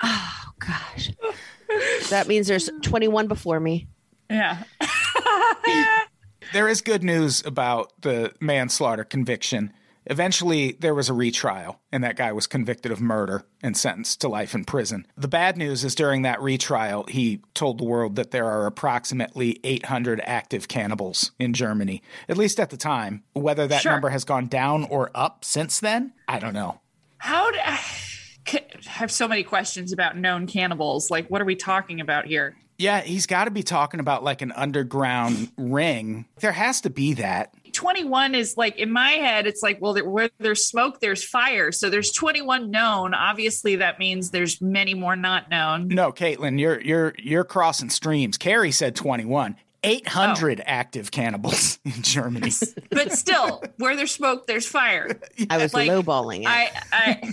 Speaker 4: oh gosh. That means there's 21 before me.
Speaker 3: Yeah.
Speaker 2: There is good news about the manslaughter conviction. Eventually, there was a retrial, and that guy was convicted of murder and sentenced to life in prison. The bad news is during that retrial, he told the world that there are approximately 800 active cannibals in Germany, at least at the time. Whether that
Speaker 3: Sure.
Speaker 2: number has gone down or up since then, I don't know.
Speaker 3: How do I have so many questions about known cannibals? Like, what are we talking about here?
Speaker 2: Yeah, he's got to be talking about like an underground ring. There has to be that.
Speaker 3: 21 is like in my head, it's like, well, there, where there's smoke, there's fire. So there's 21 known. Obviously, that means there's many more not known.
Speaker 2: No, Caitlin, you're you're you're crossing streams. Carrie said 21.
Speaker 3: Oh.
Speaker 2: 800 active cannibals in Germany.
Speaker 3: But still, where there's smoke, there's fire.
Speaker 4: I was
Speaker 3: Like,
Speaker 4: lowballing it.
Speaker 3: I, I,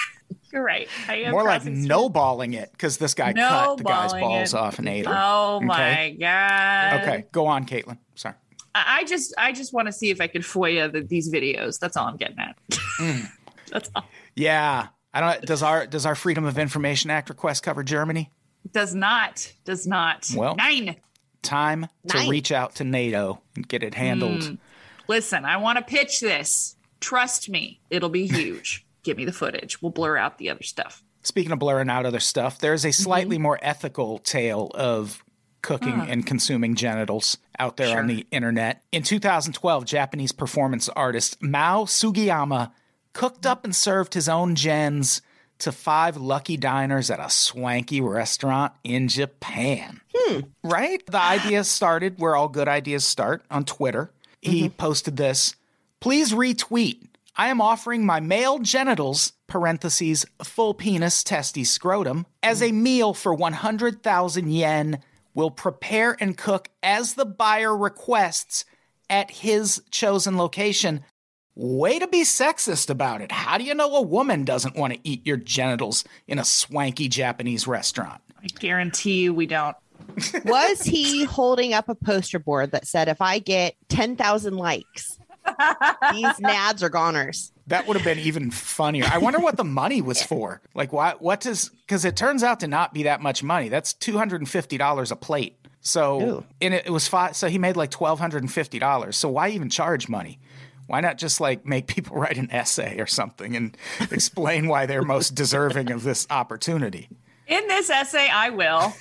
Speaker 3: you're right. I am
Speaker 2: More like
Speaker 3: crossing streams.
Speaker 2: no balling it because this guy cut the guy's
Speaker 3: No-balling
Speaker 2: balls
Speaker 3: it.
Speaker 2: off and ate her.
Speaker 3: Oh my god.
Speaker 2: Okay, go on, Caitlin. Sorry.
Speaker 3: I I just I just want to see if I can FOIA the, these videos. That's all I'm getting at. That's all.
Speaker 2: Yeah, I don't. Does our does our Freedom of Information Act request cover Germany?
Speaker 3: Does not. Does not.
Speaker 2: Well.
Speaker 3: nine.
Speaker 2: Time
Speaker 4: Nice.
Speaker 2: to reach out to NATO and get it handled.
Speaker 3: Hmm. Listen, I want to pitch this. Trust me, it'll be huge. Give me the footage. We'll blur out the other stuff.
Speaker 2: Speaking of blurring out other stuff, there is a slightly more ethical tale of cooking and consuming genitals out there on
Speaker 3: Sure.
Speaker 2: the internet. In 2012, Japanese performance artist Mao Sugiyama cooked up and served his own gens to five lucky diners at a swanky restaurant in Japan. Right? The idea started where all good ideas start on Twitter. He posted this Please retweet. I am offering my male genitals, parentheses, full penis, testes, scrotum, as a meal for 100,000 yen. Will prepare and cook as the buyer requests at his chosen location. Way to be sexist about it. How do you know a woman doesn't want to eat your genitals in a swanky Japanese restaurant?
Speaker 3: I guarantee you, we don't.
Speaker 4: was he holding up a poster board that said if I get 10,000 likes, these nads are goners?
Speaker 2: That would have been even funnier. I wonder what the money was for. Like, why, what does, because it turns out to not be that much money. That's $250 a plate. So,
Speaker 4: Ooh.
Speaker 2: and it, it was five, so he made like $1,250. So, why even charge money? Why not just like make people write an essay or something and explain why they're most deserving of this opportunity?
Speaker 3: In this essay, I will.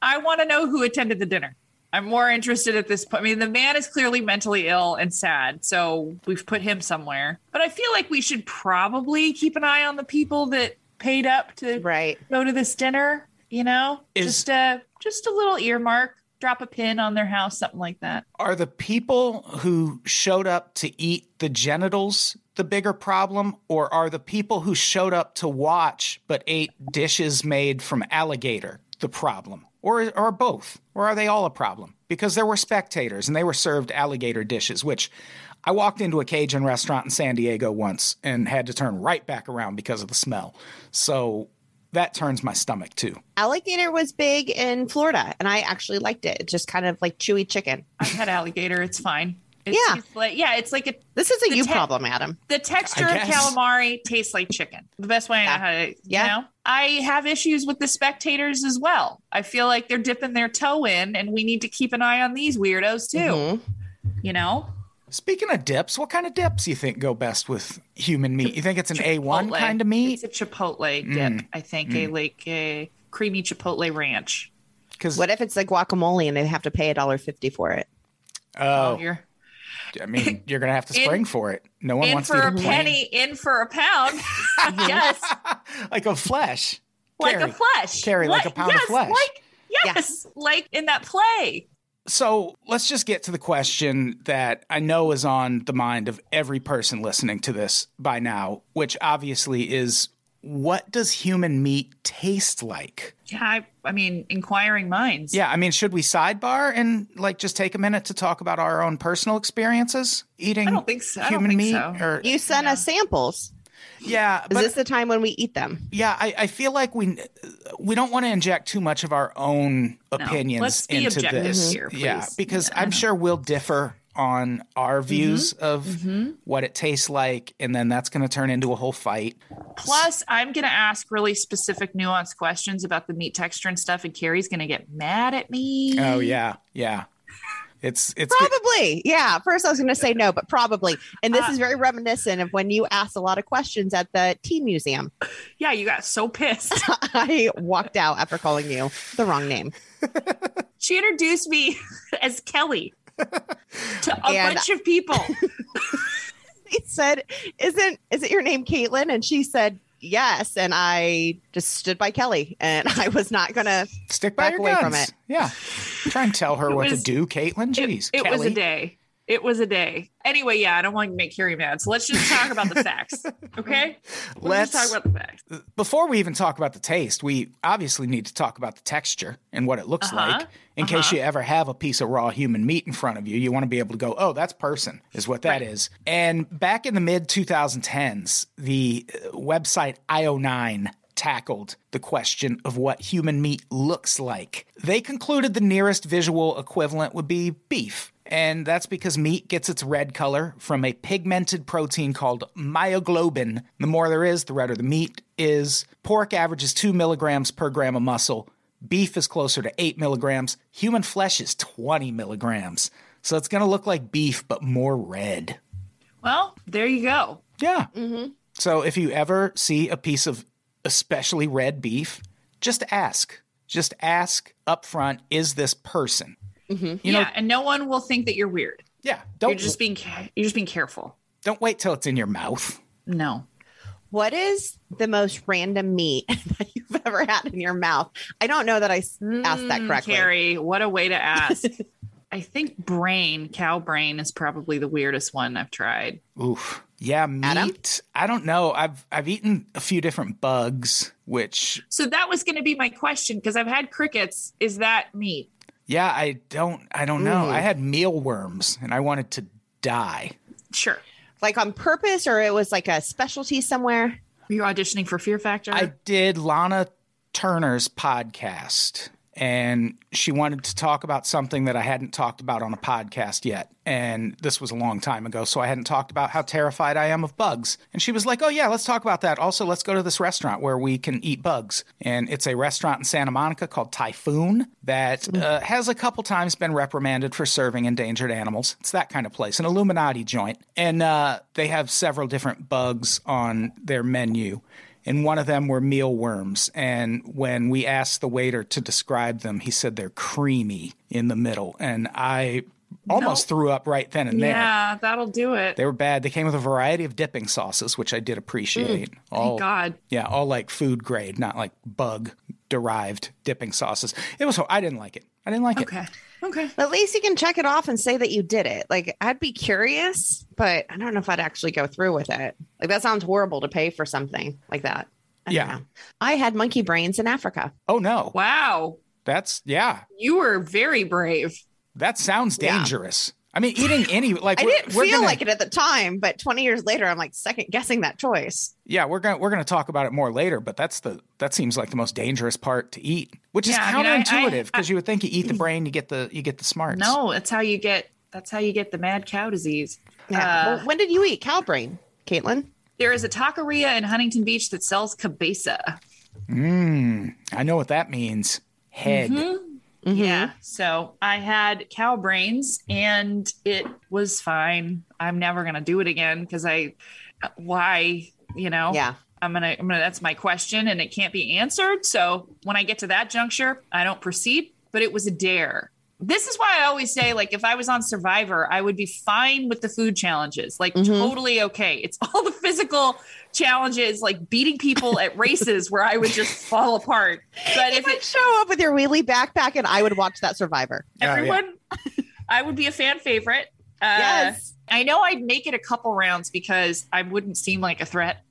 Speaker 3: I want to know who attended the dinner. I'm more interested at this point. I mean, the man is clearly mentally ill and sad, so we've put him somewhere. But I feel like we should probably keep an eye on the people that paid up to
Speaker 4: Right.
Speaker 3: go to this dinner. You know,
Speaker 2: Is-
Speaker 3: just a just a little earmark, drop a pin on their house, something like that.
Speaker 2: Are the people who showed up to eat the genitals the bigger problem, or are the people who showed up to watch but ate dishes made from alligator the problem? Or or both? Or are they all a problem? Because there were spectators and they were served alligator dishes, which I walked into a Cajun restaurant in San Diego once and had to turn right back around because of the smell. So that turns my stomach too.
Speaker 4: Alligator was big in Florida, and I actually liked it. It's just kind of like chewy chicken.
Speaker 3: I've had alligator; it's fine. It's,
Speaker 4: Yeah.
Speaker 3: it's like, yeah, it's like a
Speaker 4: This is a
Speaker 3: The
Speaker 4: you
Speaker 3: te-
Speaker 4: problem, Adam.
Speaker 3: The texture of
Speaker 2: guess.
Speaker 3: calamari tastes like chicken. The best way I know how to,
Speaker 4: Yeah.
Speaker 3: you know, I have issues with the spectators as well. I feel like they're dipping their toe in, and we need to keep an eye on these weirdos too.
Speaker 4: Mhm.
Speaker 2: Mm-hmm.
Speaker 3: You know,
Speaker 2: Speaking of dips, what kind of dips you think go best with human meat? You think it's an A1
Speaker 3: Chipotle.
Speaker 2: kind of meat?
Speaker 3: It's a chipotle dip.
Speaker 2: Mm.
Speaker 3: I think a like a creamy chipotle ranch.
Speaker 2: Because
Speaker 4: What if it's like guacamole and they have to pay a dollar fifty for it?
Speaker 2: oh,
Speaker 3: You're
Speaker 2: I mean, you're gonna have to
Speaker 3: In-
Speaker 2: spring for it. No one
Speaker 3: in
Speaker 2: wants
Speaker 3: for
Speaker 2: to
Speaker 3: a
Speaker 2: eat
Speaker 3: penny, in for a pound. yes,
Speaker 2: plain- like a flesh.
Speaker 3: like
Speaker 2: Carrie.
Speaker 3: a flesh.
Speaker 2: Carrie, like a pound of
Speaker 3: yes,
Speaker 2: flesh.
Speaker 3: Like,
Speaker 4: Yeah.
Speaker 3: yes, like in that play.
Speaker 2: So let's just get to the question that I know is on the mind of every person listening to this by now, which obviously is what does human meat taste like?
Speaker 3: Yeah, I, I mean, inquiring minds.
Speaker 2: Yeah, I mean, should we sidebar and like just take a minute to talk about our own personal experiences eating?
Speaker 3: I don't think so. I don't
Speaker 2: Human
Speaker 3: think
Speaker 2: meat,
Speaker 3: so.
Speaker 2: or
Speaker 4: You sent us samples.
Speaker 2: yeah,
Speaker 4: Is
Speaker 2: but
Speaker 4: this the time when we eat them?
Speaker 2: yeah, I, I feel like we we don't want to inject too much of our own opinions
Speaker 3: Let's be
Speaker 2: into
Speaker 3: objective
Speaker 2: this. Mm-hmm.
Speaker 3: here,
Speaker 2: yeah,
Speaker 3: please. Mm-hmm.
Speaker 2: because I'm sure we'll differ on our views of Mm-hmm. what it tastes like, and then that's going to turn into a whole fight.
Speaker 3: Plus, I'm going to ask really specific, nuanced questions about the meat texture and stuff, and Carrie's going to get mad at me.
Speaker 2: Oh yeah, yeah. It's it's
Speaker 4: Probably. Yeah. First, I was going to say no, but probably. And this
Speaker 3: Uh,
Speaker 4: is very reminiscent of when you asked a lot of questions at the tea museum.
Speaker 3: Yeah, you got so pissed.
Speaker 4: I walked out after calling you the wrong name.
Speaker 3: she introduced me as Kelly to a
Speaker 4: And-
Speaker 3: bunch of people.
Speaker 4: He said, "Isn't is it your name, Caitlin?" And she said, "Yes." And I just stood by Kelly, and I was not going to.
Speaker 2: stick by
Speaker 4: Back
Speaker 2: your
Speaker 4: away from
Speaker 2: guns.
Speaker 4: it.
Speaker 2: Yeah, try and tell her
Speaker 3: It
Speaker 2: what
Speaker 3: was-
Speaker 2: to do, Caitlin. Jeez,
Speaker 3: It, it was
Speaker 2: Kelly.
Speaker 3: a day. It was a day. Anyway, yeah, I don't want to make Carrie mad. So let's just talk about the facts. Okay.
Speaker 2: Let's-
Speaker 3: just talk about the facts.
Speaker 2: before we even talk about the taste, we obviously need to talk about the texture and what it looks
Speaker 3: Uh-huh.
Speaker 2: like. In case you ever have a piece of raw human meat in front of you, you want to be able to go, "Oh, that's person," is what that is. And back in the mid 2010s, the uh, website IO9 tackled the question of what human meat looks like. They concluded the nearest visual equivalent would be beef. And that's because meat gets its red color from a pigmented protein called myoglobin. The more there is, the redder the meat is. Pork averages 2 milligrams per gram of muscle. Beef is closer to 8 milligrams. Human flesh is 20 milligrams. So it's going to look like beef, but more red.
Speaker 3: Well, there you go.
Speaker 2: Yeah.
Speaker 3: Mm-hmm.
Speaker 2: So if you ever see a piece of especially red beef, just ask. Just ask up front, is this person?
Speaker 3: yeah. and no one will think that you're weird.
Speaker 2: Yeah.
Speaker 3: You're
Speaker 2: Don't
Speaker 3: just being, ca- you're just being careful.
Speaker 2: don't wait till it's in your mouth.
Speaker 3: No.
Speaker 4: What is the most random meat that you've ever had in your mouth? I don't know that I s- asked that
Speaker 3: Mm,
Speaker 4: correctly.
Speaker 3: Carrie, what a way to ask. I think brain, cow brain is probably the weirdest one I've tried.
Speaker 2: Oof. Yeah, meat.
Speaker 4: Adam?
Speaker 2: I don't know. I've I've eaten a few different bugs, which
Speaker 3: So that was going to be my question because I've had crickets. Is that meat?
Speaker 2: yeah, I don't I don't know.
Speaker 4: Ooh.
Speaker 2: I had mealworms and I wanted to die.
Speaker 3: Sure.
Speaker 4: Like on purpose, or it was like a specialty somewhere.
Speaker 3: You're auditioning for Fear Factor?
Speaker 2: I did Lana Turner's podcast and she wanted to talk about something that I hadn't talked about on a podcast yet. And this was a long time ago, so I hadn't talked about how terrified I am of bugs. And she was like, Oh, yeah, let's talk about that. Also, let's go to this restaurant where we can eat bugs. And it's a restaurant in Santa Monica called Typhoon that uh, has a couple times been reprimanded for serving endangered animals. It's that kind of place, an Illuminati joint. And uh, they have several different bugs on their menu and one of them were mealworms. And when we asked the waiter to describe them, he said they're creamy in the middle. And I almost threw up right then and there.
Speaker 3: Yeah, that'll do it.
Speaker 2: They were bad. They came with a variety of dipping sauces, which I did
Speaker 4: Mm.
Speaker 2: appreciate. all,
Speaker 3: God.
Speaker 2: Yeah, all like food grade, not like bug derived dipping sauces. It was, I didn't like it. I didn't like
Speaker 3: Okay. Okay.
Speaker 4: At least you can check it off and say that you did it. Like, I'd be curious, but I don't know if I'd actually go through with it. Like, that sounds horrible to pay for something like that. I don't
Speaker 2: Yeah.
Speaker 4: know. I had monkey brains in Africa.
Speaker 2: it. Oh, no.
Speaker 3: Wow.
Speaker 2: That's, yeah,
Speaker 3: You were very brave.
Speaker 2: that sounds
Speaker 4: Yeah.
Speaker 2: dangerous. I mean, eating any, like,
Speaker 4: I
Speaker 2: we're-
Speaker 4: didn't
Speaker 2: we're
Speaker 4: feel
Speaker 2: gonna-
Speaker 4: like it at the time, but 20 years later, I'm like second guessing that choice.
Speaker 2: Yeah, we're gonna we're gonna talk about it more later, but that's the that seems like the most dangerous part to eat, which is
Speaker 3: Yeah, I mean, I- I-
Speaker 2: counterintuitive because you would think you eat the brain, you get the you get the smarts.
Speaker 3: No, that's how you get that's how you get the mad cow disease.
Speaker 4: Yeah.
Speaker 3: Uh,
Speaker 4: well, when did you eat cow brain, Caitlin?
Speaker 3: There is a taqueria in Huntington Beach that sells cabeza.
Speaker 2: Mm, I know what that means. Head.
Speaker 3: Mm-hmm.
Speaker 4: Mm-hmm.
Speaker 3: Yeah. So I had cow brains and it was fine. I'm never gonna do it again because I why, you know?
Speaker 4: Yeah.
Speaker 3: I'm gonna I'm gonna that's my question and it can't be answered. So when I get to that juncture, I don't proceed, but it was a dare. This is why I always say, like, if I was on Survivor, I would be fine with the food challenges, like,
Speaker 4: Mhm.
Speaker 3: totally okay. It's all the physical challenges, like beating people at races where I would just fall apart. But
Speaker 4: You
Speaker 3: if
Speaker 4: would
Speaker 3: it,
Speaker 4: show up with your wheelie backpack and I would watch that Survivor.
Speaker 2: yeah.
Speaker 3: everyone, I would be a fan favorite. Uh,
Speaker 4: yes.
Speaker 3: I know I'd make it a couple rounds because I wouldn't seem like a threat.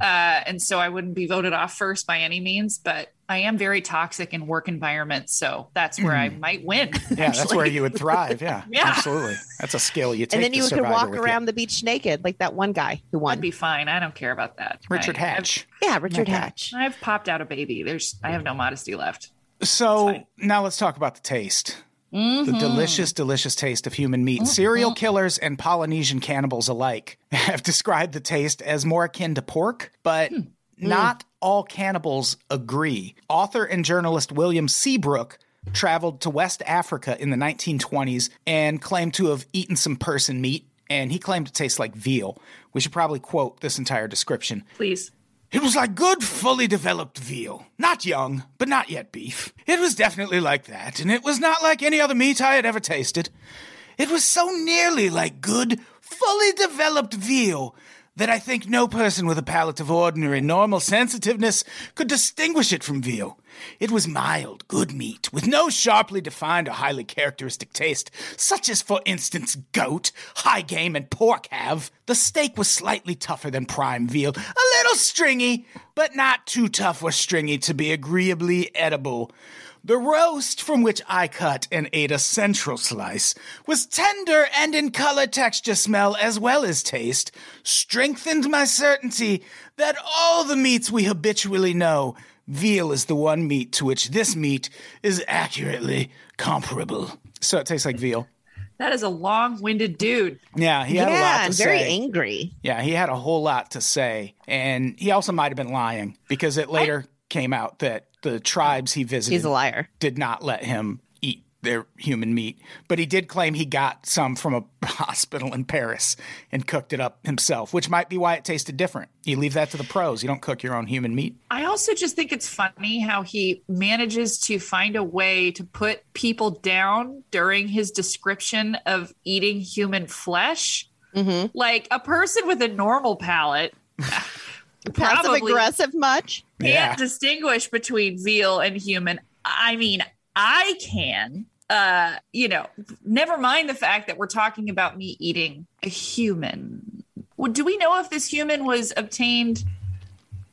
Speaker 3: Uh, and so I wouldn't be voted off first by any means, but I am very toxic in work environments. So that's where
Speaker 2: Hmm.
Speaker 3: I might win.
Speaker 2: Yeah, that's where you would thrive. Yeah,
Speaker 3: Yeah.
Speaker 2: absolutely. That's a skill you take.
Speaker 4: And then
Speaker 2: to
Speaker 4: you could
Speaker 2: Survivor
Speaker 4: walk
Speaker 2: with
Speaker 4: around the beach naked, like that one guy who
Speaker 3: I'd
Speaker 4: won.
Speaker 3: be fine. I don't care about that.
Speaker 2: You. Richard
Speaker 3: I-
Speaker 2: Hatch.
Speaker 4: yeah, Richard
Speaker 2: Okay.
Speaker 4: Hatch.
Speaker 3: I've, I've popped out a baby. There's, I have no modesty left.
Speaker 2: So now let's talk about the taste. The
Speaker 3: Mhm.
Speaker 2: delicious, delicious taste of human meat. Serial killers and Polynesian cannibals alike have described the taste as more akin to pork, but not all cannibals agree. Author and journalist William Seabrook traveled to West Africa in the 1920s and claimed to have eaten some person meat, and he claimed it tastes like veal. We should probably quote this entire description.
Speaker 3: Please.
Speaker 2: It was like good, fully developed veal. Not young, but not yet beef. It was definitely like that, and it was not like any other meat I had ever tasted. It was so nearly like good, fully developed veal that I think no person with a palate of ordinary, normal sensitiveness could distinguish it from veal. It was mild, good meat, with no sharply defined or highly characteristic taste, such as, for instance, goat, high game, and pork have. The steak was slightly tougher than prime veal, a little stringy, but not too tough or stringy to be agreeably edible. The roast from which I cut and ate a central slice was tender and in color, texture, smell, as well as taste, strengthened my certainty that all the meats we habitually know, veal is the one meat to which this meat is accurately comparable. So it tastes like veal.
Speaker 3: That is a long winded dude.
Speaker 2: Yeah, he had a
Speaker 4: yeah,
Speaker 2: lot to
Speaker 4: very
Speaker 2: say.
Speaker 4: angry.
Speaker 2: yeah, he had a whole lot to say, and he also might have been lying because it later came out that the tribes he visited
Speaker 4: He's a liar.
Speaker 2: did not let him eat their human meat, but he did claim he got some from a hospital in Paris and cooked it up himself, which might be why it tasted different. You leave that to the pros. You don't cook your own human meat.
Speaker 3: I also just think it's funny how he manages to find a way to put people down during his description of eating human flesh.
Speaker 4: Mm-hmm.
Speaker 3: Like a person with a normal palate
Speaker 4: Passive
Speaker 3: Probably.
Speaker 4: aggressive much.
Speaker 2: Yeah.
Speaker 3: can't distinguish between veal and human. I mean, I can. Uh, you know, never mind the fact that we're talking about me eating a human. Well, do we know if this human was obtained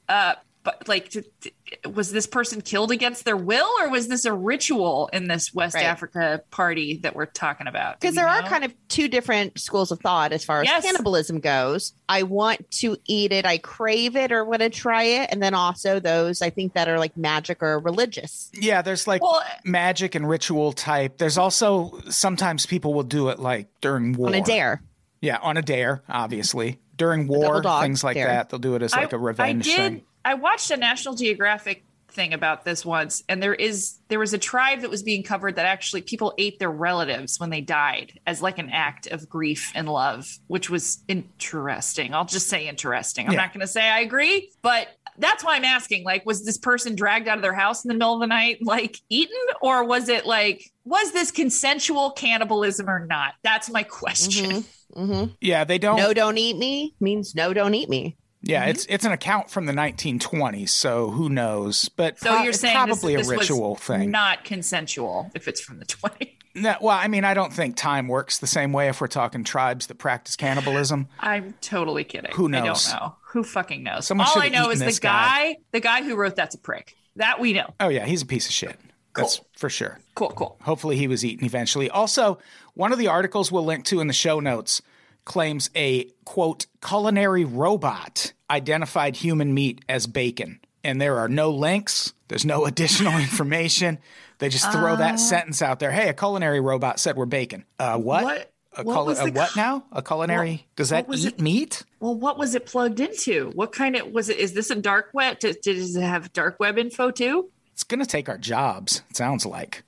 Speaker 3: uh but like t- t- was this person killed against their will or was this a ritual in this West
Speaker 4: Right.
Speaker 3: Africa party that we're talking about? Do
Speaker 4: because
Speaker 3: we
Speaker 4: there are
Speaker 3: know?
Speaker 4: kind of two different schools of thought as far as
Speaker 3: Yes.
Speaker 4: cannibalism goes. I want to eat it, I crave it, or want to try it, and then also those I think that are like magic or religious.
Speaker 2: Yeah, there's like
Speaker 3: well,
Speaker 2: magic and ritual type. There's also sometimes people will do it like during war.
Speaker 4: On a dare,
Speaker 2: Yeah, on a dare, obviously. During war,
Speaker 4: double dog
Speaker 2: things like
Speaker 4: dare.
Speaker 2: that. They'll do it as like a revenge
Speaker 3: I
Speaker 2: thing.
Speaker 3: I watched a National Geographic thing about this once, and there is there was a tribe that was being covered that actually people ate their relatives when they died as like an act of grief and love, which was interesting. I'll just say interesting. I'm
Speaker 2: Yeah.
Speaker 3: not going to say I agree, but that's why I'm asking. Like, was this person dragged out of their house in the middle of the night, like eaten, or was it like was this consensual cannibalism or not? That's my question.
Speaker 4: Mhm. Mhm.
Speaker 2: Yeah, they don't.
Speaker 4: no, don't eat me means no, don't eat me.
Speaker 2: yeah, it's it's an account from the 1920s, so who knows? But
Speaker 3: So
Speaker 2: pro-
Speaker 3: you're
Speaker 2: it's
Speaker 3: saying this-
Speaker 2: probably
Speaker 3: this
Speaker 2: a
Speaker 3: was
Speaker 2: ritual thing.
Speaker 3: not consensual if it's from the 20.
Speaker 2: No, well, I mean, I don't think time works the same way if we're talking tribes that practice cannibalism.
Speaker 3: I'm totally kidding.
Speaker 2: Who
Speaker 3: I
Speaker 2: knows?
Speaker 3: don't know. Who fucking knows?
Speaker 2: Someone
Speaker 3: All
Speaker 2: should
Speaker 3: I
Speaker 2: have
Speaker 3: know
Speaker 2: eaten
Speaker 3: is the
Speaker 2: this guy.
Speaker 3: guy, the guy who wrote that's a prick. That we know.
Speaker 2: Oh yeah, he's a piece of shit. That's for sure.
Speaker 3: Cool, cool.
Speaker 2: Hopefully, he was eaten eventually. Also, one of the articles we'll link to in the show notes claims a quote culinary robot identified human meat as bacon, and there are no links. There's no additional information. They just throw
Speaker 3: Uh.
Speaker 2: that sentence out there. Hey, a culinary robot said we're bacon. Uh, what?
Speaker 3: What-
Speaker 2: A,
Speaker 3: what
Speaker 2: cul-
Speaker 3: was
Speaker 2: a
Speaker 3: the
Speaker 2: what
Speaker 3: cu-
Speaker 2: now? A culinary? does that
Speaker 3: what was
Speaker 2: eat
Speaker 3: it-
Speaker 2: meat?
Speaker 3: Well, what was it plugged into? What kind of was it? Is this a dark web? Does, does it have dark web info too?
Speaker 2: It's gonna take our jobs. It sounds like.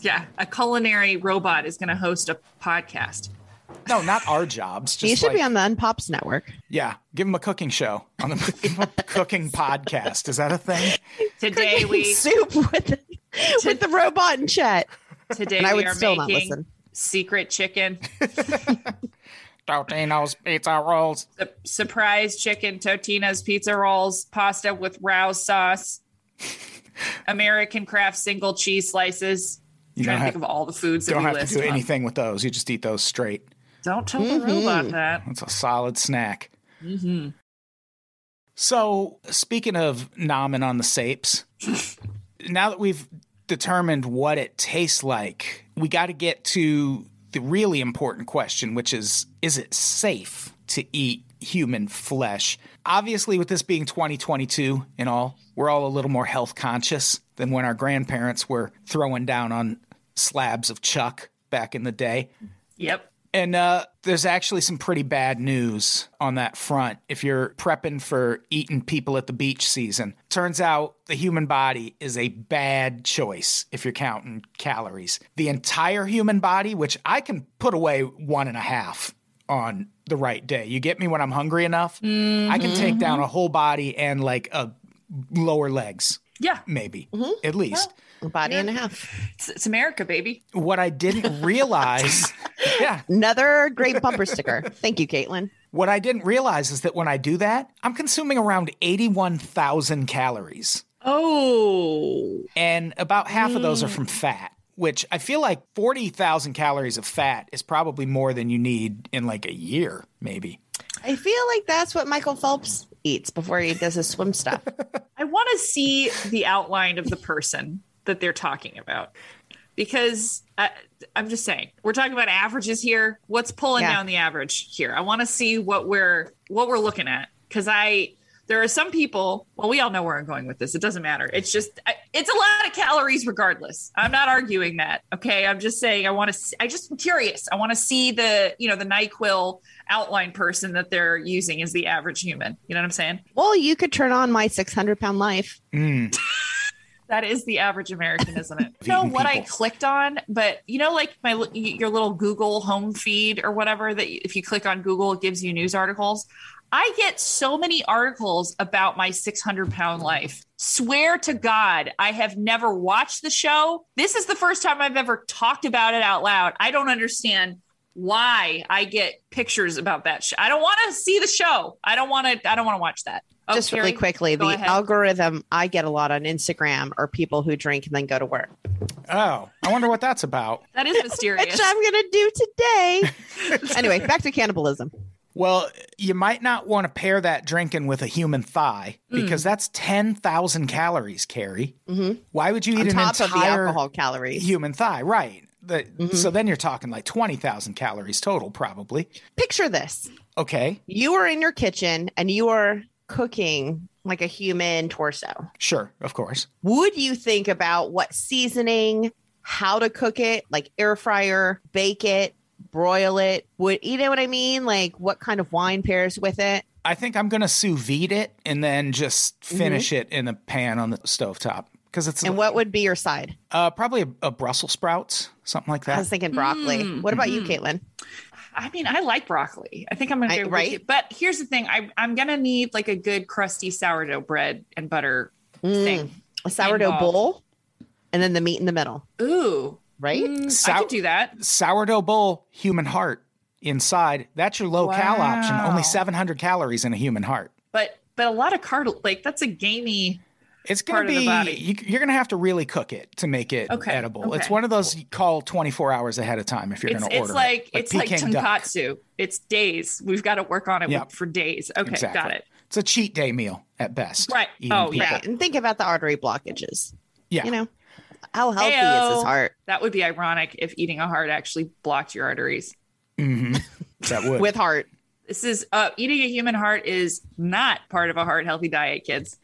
Speaker 3: Yeah, a culinary robot is going to host a podcast.
Speaker 2: No, not our jobs. Just
Speaker 4: You should
Speaker 2: like,
Speaker 4: be on the Unpops network.
Speaker 2: Yeah, give him a cooking show on the give 'em a cooking podcast. Is that a thing?
Speaker 3: Today we
Speaker 4: soup with the, with the robot and chat,
Speaker 3: today
Speaker 4: and I
Speaker 3: we
Speaker 4: would
Speaker 3: are
Speaker 4: still not
Speaker 3: making
Speaker 4: listen.
Speaker 3: secret chicken,
Speaker 2: Tortino's pizza rolls.
Speaker 3: su- surprise chicken, Totino's pizza rolls, pasta with Rouse sauce, American craft single cheese slices.
Speaker 2: You
Speaker 3: trying
Speaker 2: don't
Speaker 3: to
Speaker 2: have,
Speaker 3: think of all the foods that
Speaker 2: don't
Speaker 3: we
Speaker 2: have to
Speaker 3: list.
Speaker 2: do
Speaker 3: off.
Speaker 2: anything with those. You just eat those straight.
Speaker 3: Don't tell the room
Speaker 2: Mm-hmm.
Speaker 3: about that.
Speaker 2: That's a solid snack.
Speaker 3: Mm-hmm.
Speaker 2: So, speaking of nomin on the sapes, now that we've determined what it tastes like, we got to get to the really important question, which is is it safe to eat human flesh? Obviously, with this being 2022 and all, we're all a little more health conscious than when our grandparents were throwing down on slabs of chuck back in the day.
Speaker 3: Yep.
Speaker 2: And uh, there's actually some pretty bad news on that front. If you're prepping for eating people at the beach season, turns out the human body is a bad choice if you're counting calories. The entire human body, which I can put away one and a half on the right day. You get me when I'm hungry enough? I can take down a whole body and like a lower legs,
Speaker 3: Yeah.
Speaker 2: maybe, at least.
Speaker 4: A body and a half.
Speaker 3: It's, it's America, baby.
Speaker 2: What I didn't realize. yeah.
Speaker 4: Another great bumper sticker. Thank you, Caitlin.
Speaker 2: What I didn't realize is that when I do that, I'm consuming around 81,000 calories,
Speaker 3: Oh.
Speaker 2: and about half of those are from fat, which I feel like 40,000 calories of fat is probably more than you need in like a year, maybe.
Speaker 4: I feel like that's what Michael Phelps eats before he does his swim stuff.
Speaker 3: I want to see the outline of the person that they're talking about because I, I'm just saying we're talking about averages here. What's pulling
Speaker 4: Yeah.
Speaker 3: down the average here? I want to see what we're what we're looking at because I there are some people. Well, we all know where I'm going with this. It doesn't matter. It's just I, it's a lot of calories regardless. I'm not arguing that. Okay, I'm just saying I want to. I just am curious. I want to see the you know the Nyquil outline person that they're using is the average human. You know what I'm saying?
Speaker 4: Well, you could turn on my 600 pound life.
Speaker 2: Mm.
Speaker 3: That is the average American, isn't it?
Speaker 2: Of
Speaker 3: you know
Speaker 2: eating
Speaker 3: what I
Speaker 2: people.
Speaker 3: clicked on, but you know, like my your little Google home feed or whatever that if you click on Google, it gives you news articles. I get so many articles about my 600 pound life. Swear to God, I have never watched the show. This is the first time I've ever talked about it out loud. I don't understand why I get pictures about that show. I don't want to see the show. I don't want to. I don't want to watch that. Oh,
Speaker 4: Just really
Speaker 3: Carrie?
Speaker 4: quickly,
Speaker 3: go
Speaker 4: the
Speaker 3: ahead.
Speaker 4: algorithm I get a lot on Instagram are people who drink and then go to work,
Speaker 2: Oh, I wonder what that's about.
Speaker 3: That is mysterious.
Speaker 4: which I'm going to do today. anyway, back to cannibalism.
Speaker 2: Well, you might not want to pair that drinking with a human thigh
Speaker 4: Hmm.
Speaker 2: because that's 10,000 calories, Carrie.
Speaker 4: Mhm.
Speaker 2: Why would you eat
Speaker 4: on
Speaker 2: an
Speaker 4: top of the
Speaker 2: entire
Speaker 4: alcohol Mm-hmm. calories.
Speaker 2: human thigh? Right. The, So then you're talking like 20,000 calories total, probably.
Speaker 4: Picture this.
Speaker 2: Okay,
Speaker 4: You are in your kitchen and you are cooking like a human torso.
Speaker 2: sure, of course.
Speaker 4: Would you think about what seasoning, how to cook it, like air fryer, bake it, broil it? Would you know what I mean? Like what kind of wine pairs with it?
Speaker 2: I think I'm going to sous vide it and then just
Speaker 3: Mm-hmm.
Speaker 2: finish it in a pan on the stovetop because it's
Speaker 4: And what would be your side?
Speaker 2: uh, probably a, a Brussels sprouts, something like
Speaker 4: I
Speaker 2: that.
Speaker 4: was thinking broccoli.
Speaker 3: Mm,
Speaker 4: What about you,
Speaker 3: mhm.
Speaker 4: Caitlin?
Speaker 3: I mean, I like broccoli. I think I'm gonna
Speaker 4: I-
Speaker 3: go with
Speaker 4: right?
Speaker 3: you. But here's the thing: I, I'm gonna need like a good crusty sourdough bread and butter
Speaker 4: Mm,
Speaker 3: thing.
Speaker 4: a sourdough
Speaker 3: Involved.
Speaker 4: bowl and then the meat in the middle,
Speaker 3: Ooh,
Speaker 4: right?
Speaker 3: Mm, I
Speaker 2: Sou-
Speaker 3: could do that.
Speaker 2: Sourdough bowl, human heart inside. That's your low cal option.
Speaker 3: Wow.
Speaker 2: Only 700 calories in a human heart.
Speaker 3: But but a lot of cartilage, like that's a gamey.
Speaker 2: It's going
Speaker 3: Part
Speaker 2: to
Speaker 3: of the
Speaker 2: be,
Speaker 3: body.
Speaker 2: you, you're going to have to really cook it to make it
Speaker 3: Okay,
Speaker 2: edible. It's
Speaker 3: okay.
Speaker 2: one of those you call 24 hours ahead of time if you're
Speaker 3: It's
Speaker 2: going to order
Speaker 3: it's
Speaker 2: it.
Speaker 3: like, it's like
Speaker 2: Peking duck.
Speaker 3: tonkatsu. It's days. We've got to work on it
Speaker 2: Yep.
Speaker 3: for days. Okay,
Speaker 2: Exactly.
Speaker 3: got it.
Speaker 2: It's a cheat day meal at best.
Speaker 3: Right.
Speaker 2: Eating
Speaker 3: Oh,
Speaker 2: people.
Speaker 3: yeah.
Speaker 4: Right. And think about the artery blockages.
Speaker 2: Yeah.
Speaker 4: You know, how healthy is
Speaker 3: Heyo.
Speaker 4: his heart
Speaker 3: That would be ironic if eating a heart actually blocked your arteries.
Speaker 2: hmm That would.
Speaker 4: with heart?
Speaker 3: This is uh, eating a human heart is not part of a heart healthy diet, kids.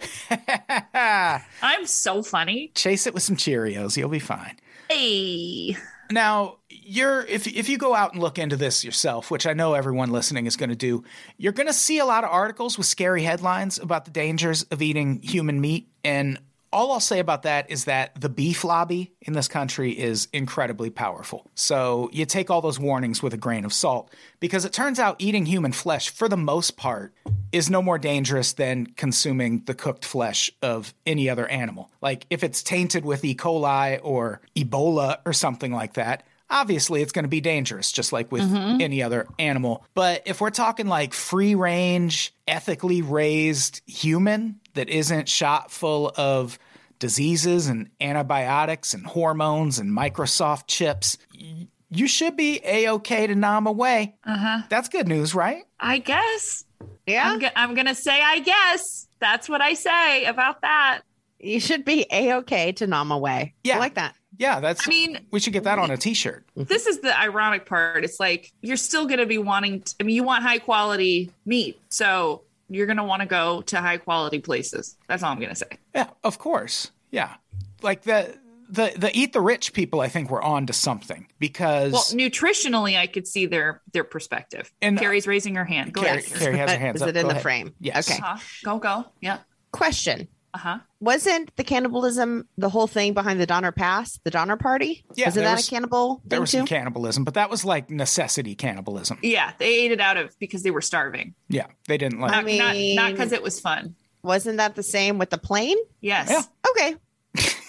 Speaker 3: I'm so funny.
Speaker 2: Chase it with some Cheerios. You'll be fine.
Speaker 3: Hey,
Speaker 2: Now, you're if if you go out and look into this yourself, which I know everyone listening is going to do, you're going to see a lot of articles with scary headlines about the dangers of eating human meat and all I'll say about that is that the beef lobby in this country is incredibly powerful. So you take all those warnings with a grain of salt because it turns out eating human flesh, for the most part, is no more dangerous than consuming the cooked flesh of any other animal. Like if it's tainted with E. coli or Ebola or something like that, obviously it's going to be dangerous, just like with
Speaker 3: Mm-hmm.
Speaker 2: any other animal. But if we're talking like free range, ethically raised human that isn't shot full of diseases and antibiotics and hormones and Microsoft chips, y- you should be a okay to nom away.
Speaker 3: uh-huh.
Speaker 2: That's good news, right?
Speaker 3: I guess
Speaker 4: Yeah.
Speaker 3: I'm, go- I'm gonna say I guess. That's what I say about that.
Speaker 4: you should be a okay to nom away.
Speaker 2: Yeah.
Speaker 4: I like that.
Speaker 2: Yeah, that's.
Speaker 3: I mean,
Speaker 2: we should get that on a T-shirt.
Speaker 3: this is the ironic part. It's like you're still going to be wanting. t- I mean, you want high quality meat, so you're going to want to go to high quality places. That's all I'm going to say.
Speaker 2: Yeah, of course. Yeah, like the the the eat the rich people. I think we're on to something because
Speaker 3: Well, nutritionally, I could see their their perspective.
Speaker 2: And- uh,
Speaker 3: And Carrie's raising her hand. Go
Speaker 2: Carrie,
Speaker 3: ahead.
Speaker 2: Carrie has her
Speaker 4: Uh,
Speaker 2: hands
Speaker 4: is
Speaker 2: up.
Speaker 4: it in
Speaker 2: Go
Speaker 4: the
Speaker 2: ahead.
Speaker 4: frame?
Speaker 2: Yes.
Speaker 4: Okay.
Speaker 3: Uh-huh. Go go. Yeah.
Speaker 4: Question.
Speaker 3: Uh huh.
Speaker 4: Wasn't the cannibalism the whole thing behind the Donner Pass, the Donner Party?
Speaker 2: Yeah,
Speaker 4: Wasn't
Speaker 2: there
Speaker 4: that
Speaker 2: was-
Speaker 4: a cannibal
Speaker 2: There
Speaker 4: thing
Speaker 2: was
Speaker 4: too?
Speaker 2: some cannibalism, but that was like necessity cannibalism.
Speaker 3: Yeah. They ate it out of because they were starving.
Speaker 2: Yeah, they didn't like.
Speaker 3: Not
Speaker 4: mean-
Speaker 3: not not because it was fun.
Speaker 4: Wasn't that the same with the plane?
Speaker 3: Yes.
Speaker 2: Yeah.
Speaker 4: Okay.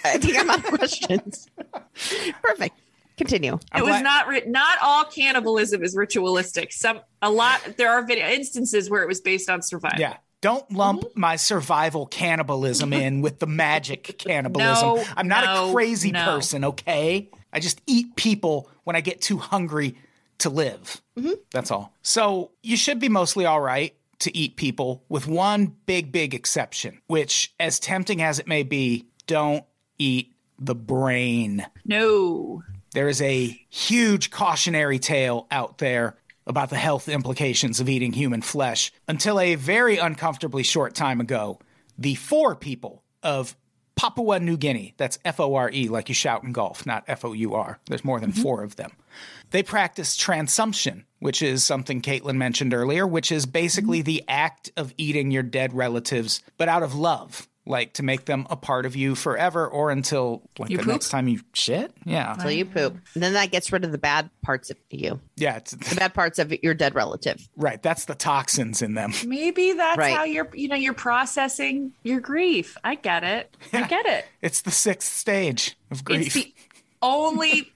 Speaker 4: I think I'm out of questions. Perfect. Continue.
Speaker 2: I'm
Speaker 3: it was
Speaker 2: glad-
Speaker 3: not ri- not all cannibalism is ritualistic. Some a lot there are video instances where it was based on survival.
Speaker 2: Yeah. Don't lump
Speaker 3: Mm-hmm.
Speaker 2: my survival cannibalism in with the magic cannibalism.
Speaker 3: No,
Speaker 2: I'm not a
Speaker 3: no,
Speaker 2: crazy
Speaker 3: no.
Speaker 2: person, okay? I just eat people when I get too hungry to live.
Speaker 3: Mm-hmm.
Speaker 2: That's all. So you should be mostly all right to eat people with one big, big exception, which, as tempting as it may be, don't eat the brain.
Speaker 3: No.
Speaker 2: There is a huge cautionary tale out there about the health implications of eating human flesh. Until a very uncomfortably short time ago, the four people of Papua New Guinea, that's F O R E, like you shout in golf, not F O U R. There's more
Speaker 3: Mm-hmm.
Speaker 2: than four of them. They practice transumption, which is something Caitlin mentioned earlier, which is basically
Speaker 3: Mm-hmm.
Speaker 2: the act of eating your dead relatives, but out of love, like to make them a part of you forever or until like
Speaker 3: You
Speaker 2: the
Speaker 3: poop?
Speaker 2: next time you shit. Yeah.
Speaker 4: Till you poop. And then that gets rid of the bad parts of you,
Speaker 2: Yeah, it's,
Speaker 4: the bad parts of your dead relative.
Speaker 2: right. That's the toxins in them.
Speaker 3: Maybe that's
Speaker 4: Right.
Speaker 3: how you're, you know, you're processing your grief. I get it. I get it.
Speaker 2: It's the sixth stage of grief.
Speaker 3: It's the only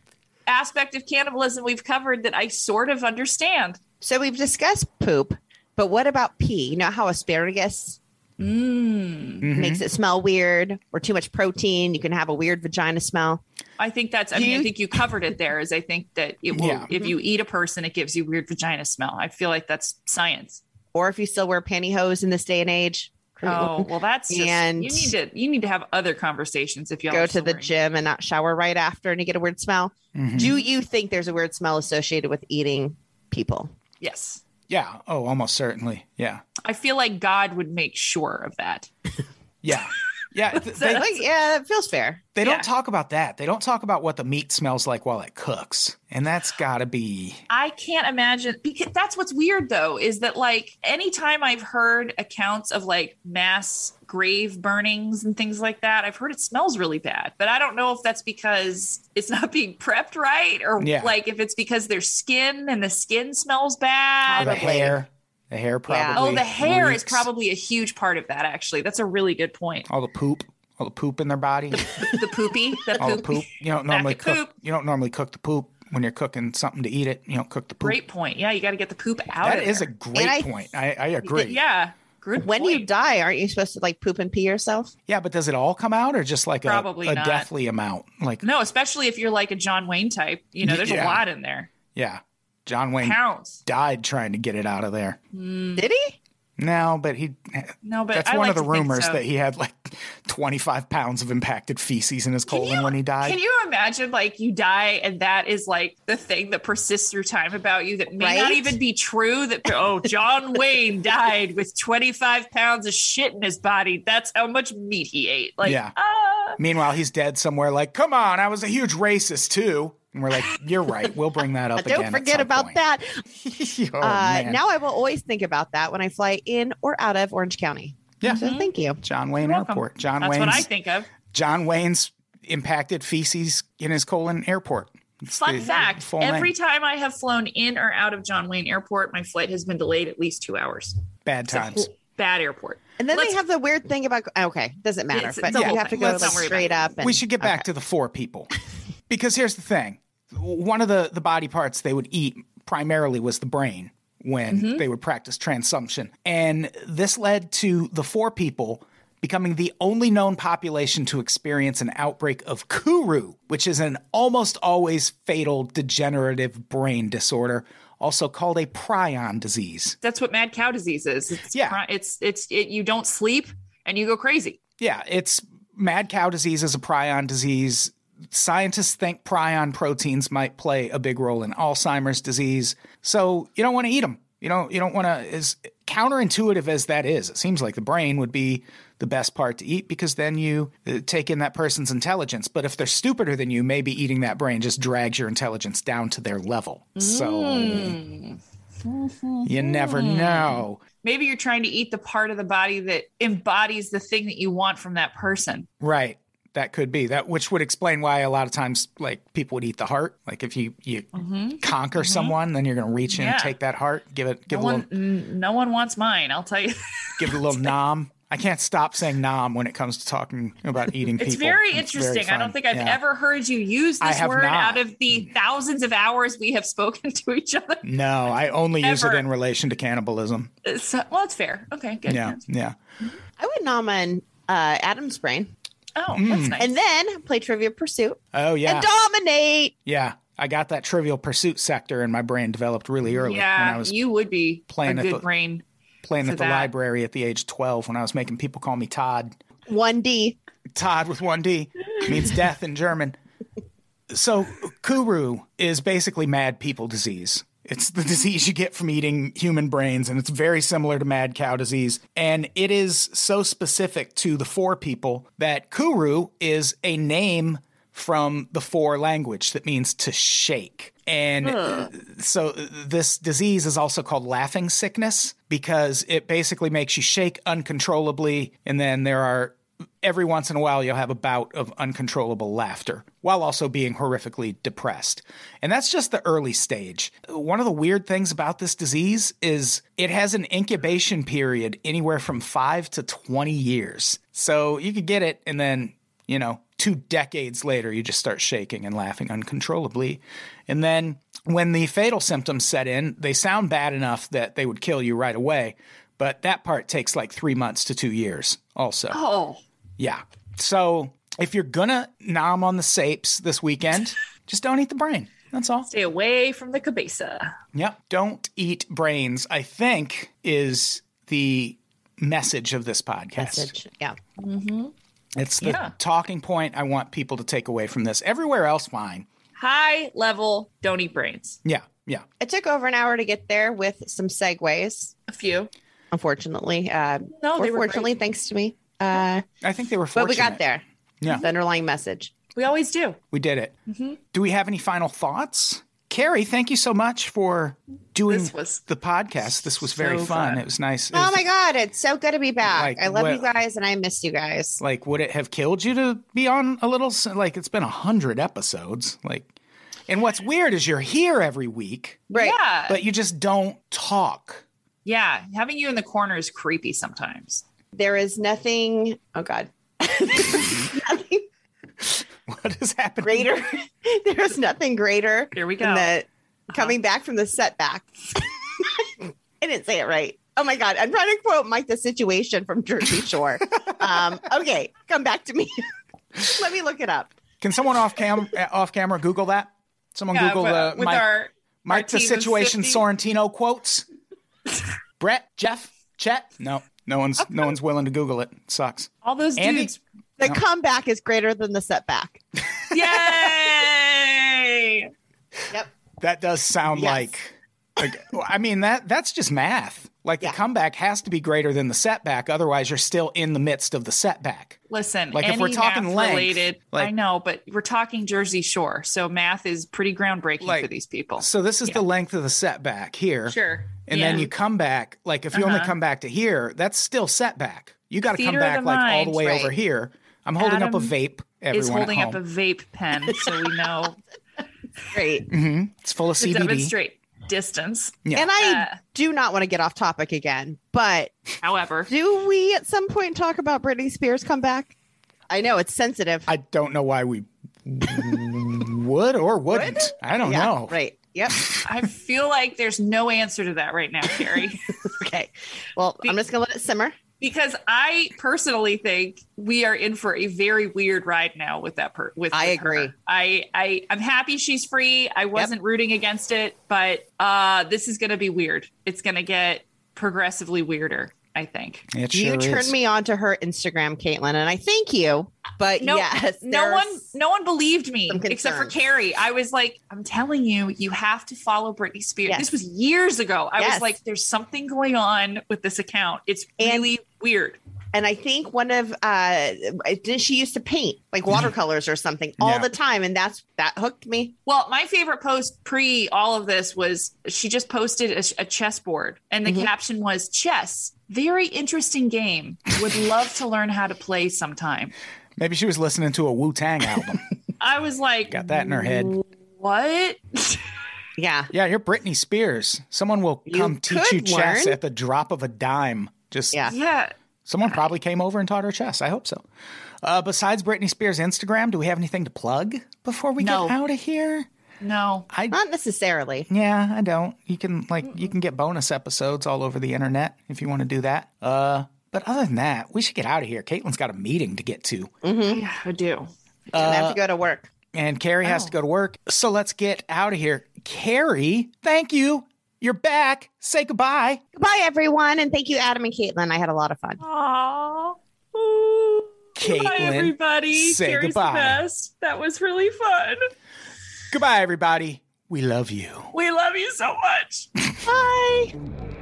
Speaker 3: aspect of cannibalism we've covered that I sort of understand.
Speaker 4: So we've discussed poop, but what about pee? You know how asparagus
Speaker 3: Mm.
Speaker 2: Mhm.
Speaker 3: Hmm.
Speaker 4: Mm-hmm. makes it smell weird or too much protein? You can have a weird vagina smell.
Speaker 3: I think that's. I mean, I
Speaker 4: You- Mm-hmm.
Speaker 3: think you covered it there. Is I think that it will.
Speaker 2: Yeah.
Speaker 3: If you eat a person, it gives you weird vagina smell. I feel like that's science.
Speaker 4: Or if you still wear pantyhose in this day and age,
Speaker 3: Oh well, that's just,
Speaker 4: And-
Speaker 3: you need to you need to have other conversations if you
Speaker 4: go to the gym and not shower right after and you get a weird smell.
Speaker 2: Mhm.
Speaker 4: Do you think there's a weird smell associated with eating people?
Speaker 3: Yes,
Speaker 2: yeah. Oh, almost certainly. Yeah.
Speaker 3: I feel like God would make sure of that.
Speaker 2: Yeah. Yeah. th- they,
Speaker 4: Like, yeah, that feels fair.
Speaker 2: they
Speaker 3: yeah.
Speaker 2: don't talk about that. They don't talk about what the meat smells like while it cooks. And that's got to be.
Speaker 3: I can't imagine because that's what's weird though is that like anytime I've heard accounts of like mass grave burnings and things like that, I've heard it smells really bad. But I don't know if that's because it's not being prepped right or
Speaker 2: Yeah.
Speaker 3: like if it's because their skin and the skin smells bad.
Speaker 2: The
Speaker 4: Probably.
Speaker 2: hair. The hair
Speaker 4: Yeah.
Speaker 2: probably.
Speaker 3: Oh, the hair is
Speaker 2: reeks.
Speaker 3: probably a huge part of that actually. That's a really good point.
Speaker 2: All the poop. All the poop in their body.
Speaker 3: The poopy, the
Speaker 2: all the
Speaker 3: poopy.
Speaker 2: Oh, poop. You don't normally
Speaker 3: Back to
Speaker 2: cook.
Speaker 3: poop.
Speaker 2: You don't normally cook the poop when you're cooking something to eat it. You don't cook the poop.
Speaker 3: Great point. Yeah, you got to get the poop out.
Speaker 2: That
Speaker 3: of
Speaker 2: is a
Speaker 3: there.
Speaker 2: great
Speaker 4: I-
Speaker 2: point. I, I agree.
Speaker 3: yeah. Good
Speaker 4: When
Speaker 3: point.
Speaker 4: you die, aren't you supposed to like poop and pee yourself?
Speaker 2: Yeah, but does it all come out or just like a,
Speaker 3: Probably
Speaker 2: a
Speaker 3: not.
Speaker 2: deathly amount? Like,
Speaker 3: No, especially if you're like a John Wayne type. You know, there's a
Speaker 2: Yeah.
Speaker 3: lot in there.
Speaker 2: yeah, John Wayne
Speaker 3: Pounds.
Speaker 2: died trying to get it out of there.
Speaker 3: Mm.
Speaker 4: Did he?
Speaker 2: No, but he.
Speaker 3: No, but
Speaker 2: That's
Speaker 3: I
Speaker 2: one
Speaker 3: like
Speaker 2: of the
Speaker 3: to think
Speaker 2: rumors
Speaker 3: so.
Speaker 2: that he had like 25 pounds of impacted feces in his colon when he died.
Speaker 3: Can you imagine, like, you die and that is like the thing that persists through time about you that may not
Speaker 4: Right?
Speaker 3: even be true? That, oh, John Wayne died with 25 pounds of shit in his body. That's how much meat he ate. Like,
Speaker 2: Yeah.
Speaker 3: ah.
Speaker 2: Meanwhile, he's dead somewhere. Like, come on, I was a huge racist too. And we're like, you're right. We'll bring that up.
Speaker 4: Don't
Speaker 2: again at
Speaker 4: forget
Speaker 2: some
Speaker 4: about
Speaker 2: point.
Speaker 4: that.
Speaker 2: oh,
Speaker 4: uh,
Speaker 2: man.
Speaker 4: now I will always think about that when I fly in or out of Orange County.
Speaker 2: Yeah.
Speaker 3: Mm-hmm.
Speaker 4: So thank you.
Speaker 2: John Wayne
Speaker 3: You're welcome.
Speaker 2: Airport. John
Speaker 3: that's
Speaker 2: Wayne's.
Speaker 3: what I think of.
Speaker 2: John Wayne's impacted feces in his colon airport. It's
Speaker 3: Fun
Speaker 2: the
Speaker 3: fact
Speaker 2: full
Speaker 3: every
Speaker 2: name.
Speaker 3: time I have flown in or out of John Wayne Airport, my flight has been delayed at least two hours.
Speaker 2: bad
Speaker 3: It's a
Speaker 2: times.
Speaker 3: whole- bad airport.
Speaker 4: And then
Speaker 3: Let's-
Speaker 4: they have the weird thing about okay, doesn't matter,
Speaker 3: It's-
Speaker 4: but
Speaker 3: it's a whole
Speaker 4: you have to
Speaker 3: thing.
Speaker 4: go
Speaker 3: Let's
Speaker 4: like,
Speaker 3: not worry
Speaker 4: straight
Speaker 3: about
Speaker 4: up. And
Speaker 2: we should get back to the four people because here's the thing one of the, the body parts they would eat primarily was the brain when they would practice transsumption and this led to the four people becoming the only known population to experience an outbreak of kuru which is an almost always fatal degenerative brain disorder also called a prion disease
Speaker 3: that's what mad cow disease is. It's,
Speaker 2: Yeah.
Speaker 3: chron- it's it's it, you don't sleep and you go crazy.
Speaker 2: Yeah, it's mad cow disease is a prion disease. Scientists think prion proteins might play a big role in Alzheimer's disease. So you don't want to eat them. You don't. You don't want to. As counterintuitive as that is, it seems like the brain would be the best part to eat because then you uh, take in that person's intelligence. But if they're stupider than you, maybe eating that brain just drags your intelligence down to their level.
Speaker 3: Mm.
Speaker 2: So you never know.
Speaker 3: Hmm. Maybe you're trying to eat the part of the body that embodies the thing that you want from that person.
Speaker 2: Right. That could be that, which would explain why a lot of times, like people would eat the heart. Like if you you conquer someone, then you're going to reach in
Speaker 3: Mm-hmm. Yeah.
Speaker 2: and take that heart, give it give it
Speaker 3: No
Speaker 2: a
Speaker 3: one,
Speaker 2: little
Speaker 3: n- no one wants mine. I'll tell you.
Speaker 2: give it a little nom. I can't stop saying nom when it comes to talking about eating people.
Speaker 3: It's very interesting. I don't
Speaker 2: fun.
Speaker 3: think I've
Speaker 2: Yeah.
Speaker 3: ever heard you use
Speaker 2: I
Speaker 3: this
Speaker 2: have
Speaker 3: word
Speaker 2: not.
Speaker 3: out of the thousands of hours we have spoken to each other.
Speaker 2: No, I only use it
Speaker 3: Ever.
Speaker 2: in relation to cannibalism.
Speaker 3: So, well, it's fair. Okay, good.
Speaker 2: Yeah, yeah.
Speaker 4: I would nom on uh, Adam's brain
Speaker 3: Oh,
Speaker 2: Mm.
Speaker 3: that's nice.
Speaker 4: and then play Trivia Pursuit
Speaker 2: Oh yeah,
Speaker 4: and dominate.
Speaker 2: yeah. I got that Trivial Pursuit sector in my brain developed really early when I
Speaker 3: yeah,
Speaker 2: was
Speaker 3: you would be a
Speaker 2: playing at
Speaker 3: good
Speaker 2: the-
Speaker 3: brain.
Speaker 2: playing
Speaker 3: for
Speaker 2: at the
Speaker 3: that.
Speaker 2: library at the age of twelve. When I was making people call me Todd.
Speaker 4: One D.
Speaker 2: Todd with one D means death in German. So Kuru is basically mad people disease. It's the disease you get from eating human brains, and it's very similar to mad cow disease. And it is so specific to the four people that Kuru is a name from the four language that means to shake. And so uh, this disease is also called laughing sickness because it basically makes you shake uncontrollably and then there are every once in a while you'll have a bout of uncontrollable laughter while also being horrifically depressed. And that's just the early stage. One of the weird things about this disease is it has an incubation period anywhere from 5 to 20 years. So you could get it and then you know, two decades later, you just start shaking and laughing uncontrollably. And then when the fatal symptoms set in, they sound bad enough that they would kill you right away. But that part takes like three months to two years, also.
Speaker 3: Oh,
Speaker 2: Yeah. So If you're gonna nom on the sapes this weekend, just don't eat the brain. That's all.
Speaker 3: Stay away from the cabeza.
Speaker 2: Yep. Don't eat brains, I think, is the message of this podcast.
Speaker 4: Message. Yeah.
Speaker 2: It's the
Speaker 3: Yeah.
Speaker 2: talking point I want people to take away from this. Everywhere else, fine.
Speaker 3: High level, don't eat brains.
Speaker 2: Yeah. Yeah.
Speaker 4: It took over an hour to get there with some segues,
Speaker 3: A few.
Speaker 4: unfortunately. Uh,
Speaker 3: No,
Speaker 4: or
Speaker 3: Oh, they were
Speaker 4: fortunately, thanks to me. Uh,
Speaker 2: I think they were
Speaker 4: but
Speaker 2: fortunate.
Speaker 4: we got there.
Speaker 2: Yeah.
Speaker 4: The underlying message.
Speaker 3: We always do.
Speaker 2: We did it.
Speaker 4: Mm-hmm.
Speaker 2: Do we have any final thoughts? Carrie, thank you so much for doing
Speaker 3: This was
Speaker 2: the podcast. This was very
Speaker 3: so
Speaker 2: fun.
Speaker 3: fun.
Speaker 2: It was nice. It
Speaker 4: Oh
Speaker 2: was-
Speaker 4: my God. It's so good to be back.
Speaker 2: Like,
Speaker 4: I love
Speaker 2: well-
Speaker 4: you guys and I miss you guys.
Speaker 2: Like, would it have killed you to be on a little? s- Like, it's been a hundred episodes. Like, and what's weird is you're here every week,
Speaker 4: Right.
Speaker 3: Yeah.
Speaker 2: but you just don't talk.
Speaker 3: yeah. Having you in the corner is creepy sometimes.
Speaker 4: There is nothing. Oh God. nothing
Speaker 2: What is happening?
Speaker 4: greater. There's nothing greater
Speaker 3: Here we go. Uh-huh.
Speaker 4: than the coming back from the setback. I didn't say it right. Oh my God. I'm trying to quote Mike the situation from Jersey Shore. um, okay. Come back to me. Let me look it up.
Speaker 2: Can someone off cam uh, off camera Google that? Someone
Speaker 3: Yeah,
Speaker 2: Google uh,
Speaker 3: with-
Speaker 2: the
Speaker 3: with
Speaker 2: Mike,
Speaker 3: our
Speaker 2: Mike the
Speaker 3: team of
Speaker 2: situation
Speaker 3: 50.
Speaker 2: Sorrentino quotes. Brett, Jeff, Chet. No, no one's no one's willing to Google it. it sucks.
Speaker 3: all those
Speaker 2: Andy-
Speaker 3: dudes.
Speaker 4: The
Speaker 2: No.
Speaker 4: comeback is greater than the setback.
Speaker 3: Yay!
Speaker 4: Yep.
Speaker 2: That does sound
Speaker 4: Yes.
Speaker 2: like, like- well, I mean that that's just math. Like
Speaker 4: Yeah.
Speaker 2: the comeback has to be greater than the setback, otherwise you're still in the midst of the setback.
Speaker 3: Listen,
Speaker 2: Like,
Speaker 3: any
Speaker 2: if we're talking
Speaker 3: math
Speaker 2: length,
Speaker 3: related, I
Speaker 2: like-
Speaker 3: know, but we're talking Jersey Shore, so math is pretty groundbreaking for
Speaker 2: Like,
Speaker 3: these people.
Speaker 2: So this is
Speaker 3: Yeah.
Speaker 2: the length of the setback here,
Speaker 3: Sure.
Speaker 2: and then you come back. Like if you only
Speaker 3: Uh-huh.
Speaker 2: come back to here, that's still setback. You got to come
Speaker 3: Theater of
Speaker 2: back
Speaker 3: the
Speaker 2: like all the
Speaker 3: mind.
Speaker 2: way
Speaker 4: Right.
Speaker 2: over here. I'm holding up a
Speaker 3: Adam
Speaker 2: vape. Everyone
Speaker 3: is
Speaker 2: at
Speaker 3: holding up a
Speaker 2: home.
Speaker 3: vape pen, so we know
Speaker 4: Great.
Speaker 2: Mhm. It's full of
Speaker 3: to
Speaker 2: CBD.
Speaker 3: demonstrate distance.
Speaker 2: Yeah.
Speaker 4: And I
Speaker 3: Uh,
Speaker 4: do not want to get off topic again, but
Speaker 3: However,
Speaker 4: do we at some point talk about Britney Spears comeback? I know it's sensitive.
Speaker 2: I don't know why we would or wouldn't. I don't
Speaker 4: yeah,
Speaker 2: know.
Speaker 4: Right. Yep.
Speaker 3: I feel like there's no answer to that right now, Carrie,
Speaker 4: okay. Well,
Speaker 3: Be-
Speaker 4: I'm just going to let it simmer.
Speaker 3: because I personally think we are in for a very weird ride now with that. Per- with
Speaker 4: I
Speaker 3: with her.
Speaker 4: agree.
Speaker 3: I, I I'm happy she's free. I wasn't rooting against it, but uh, this is going to be weird. It's going to get progressively weirder. I think.
Speaker 2: It
Speaker 4: you
Speaker 2: sure
Speaker 4: turned
Speaker 2: is.
Speaker 4: me on to her Instagram, Caitlin, and I thank you. But
Speaker 3: No,
Speaker 4: yes,
Speaker 3: No
Speaker 4: there's-
Speaker 3: one, no one believed me
Speaker 4: some
Speaker 3: except for
Speaker 4: concerns.
Speaker 3: Carrie. I was like, I'm telling you, you have to follow Britney Spears.
Speaker 4: Yes.
Speaker 3: This was years ago. I
Speaker 4: Yes.
Speaker 3: was like, there's something going on with this account. It's
Speaker 4: And-
Speaker 3: really weird.
Speaker 4: And I think one of uh, did she used to paint like watercolors or something all
Speaker 2: Mm-hmm. Yeah.
Speaker 4: the time, and that's that hooked me.
Speaker 3: Well, my favorite post pre all of this was she just posted a, a chessboard, and the
Speaker 4: Mhm.
Speaker 3: caption was chess. Very interesting game. Would love to learn how to play sometime.
Speaker 2: Maybe she was listening to a Wu Tang album.
Speaker 3: I was like,
Speaker 2: Got that in her head.
Speaker 3: What?
Speaker 4: Yeah,
Speaker 2: Yeah, you're Britney Spears. Someone will
Speaker 4: You
Speaker 2: come teach
Speaker 4: could
Speaker 2: you chess
Speaker 4: learn.
Speaker 2: at the drop of a dime. Just
Speaker 4: Yeah.
Speaker 3: yeah.
Speaker 2: someone probably came over and taught her chess. I hope so. Uh, besides Britney Spears Instagram, do we have anything to plug before we
Speaker 3: No.
Speaker 2: get out of here?
Speaker 3: No.
Speaker 2: I
Speaker 4: not necessarily.
Speaker 2: yeah, I don't. You can like you can get bonus episodes all over the internet if you want to do that. Uh, but other than that, we should get out of here. Caitlin's got a meeting to get to.
Speaker 4: Mm-hmm.
Speaker 3: Yeah, I do.
Speaker 4: I
Speaker 2: Uh,
Speaker 4: have to go to work.
Speaker 2: and Carrie has
Speaker 3: Oh.
Speaker 2: to go to work. So let's get out of here. Carrie, thank you. You're back. Say goodbye.
Speaker 4: Goodbye, everyone, and thank you, Adam and Caitlin. I had a lot of fun.
Speaker 3: Aww. Bye,
Speaker 2: Caitlin.
Speaker 3: everybody.
Speaker 2: say
Speaker 3: Carrie's
Speaker 2: goodbye.
Speaker 3: The best. That was really fun.
Speaker 2: Goodbye, everybody. We love you.
Speaker 3: We love you so much.
Speaker 4: Bye.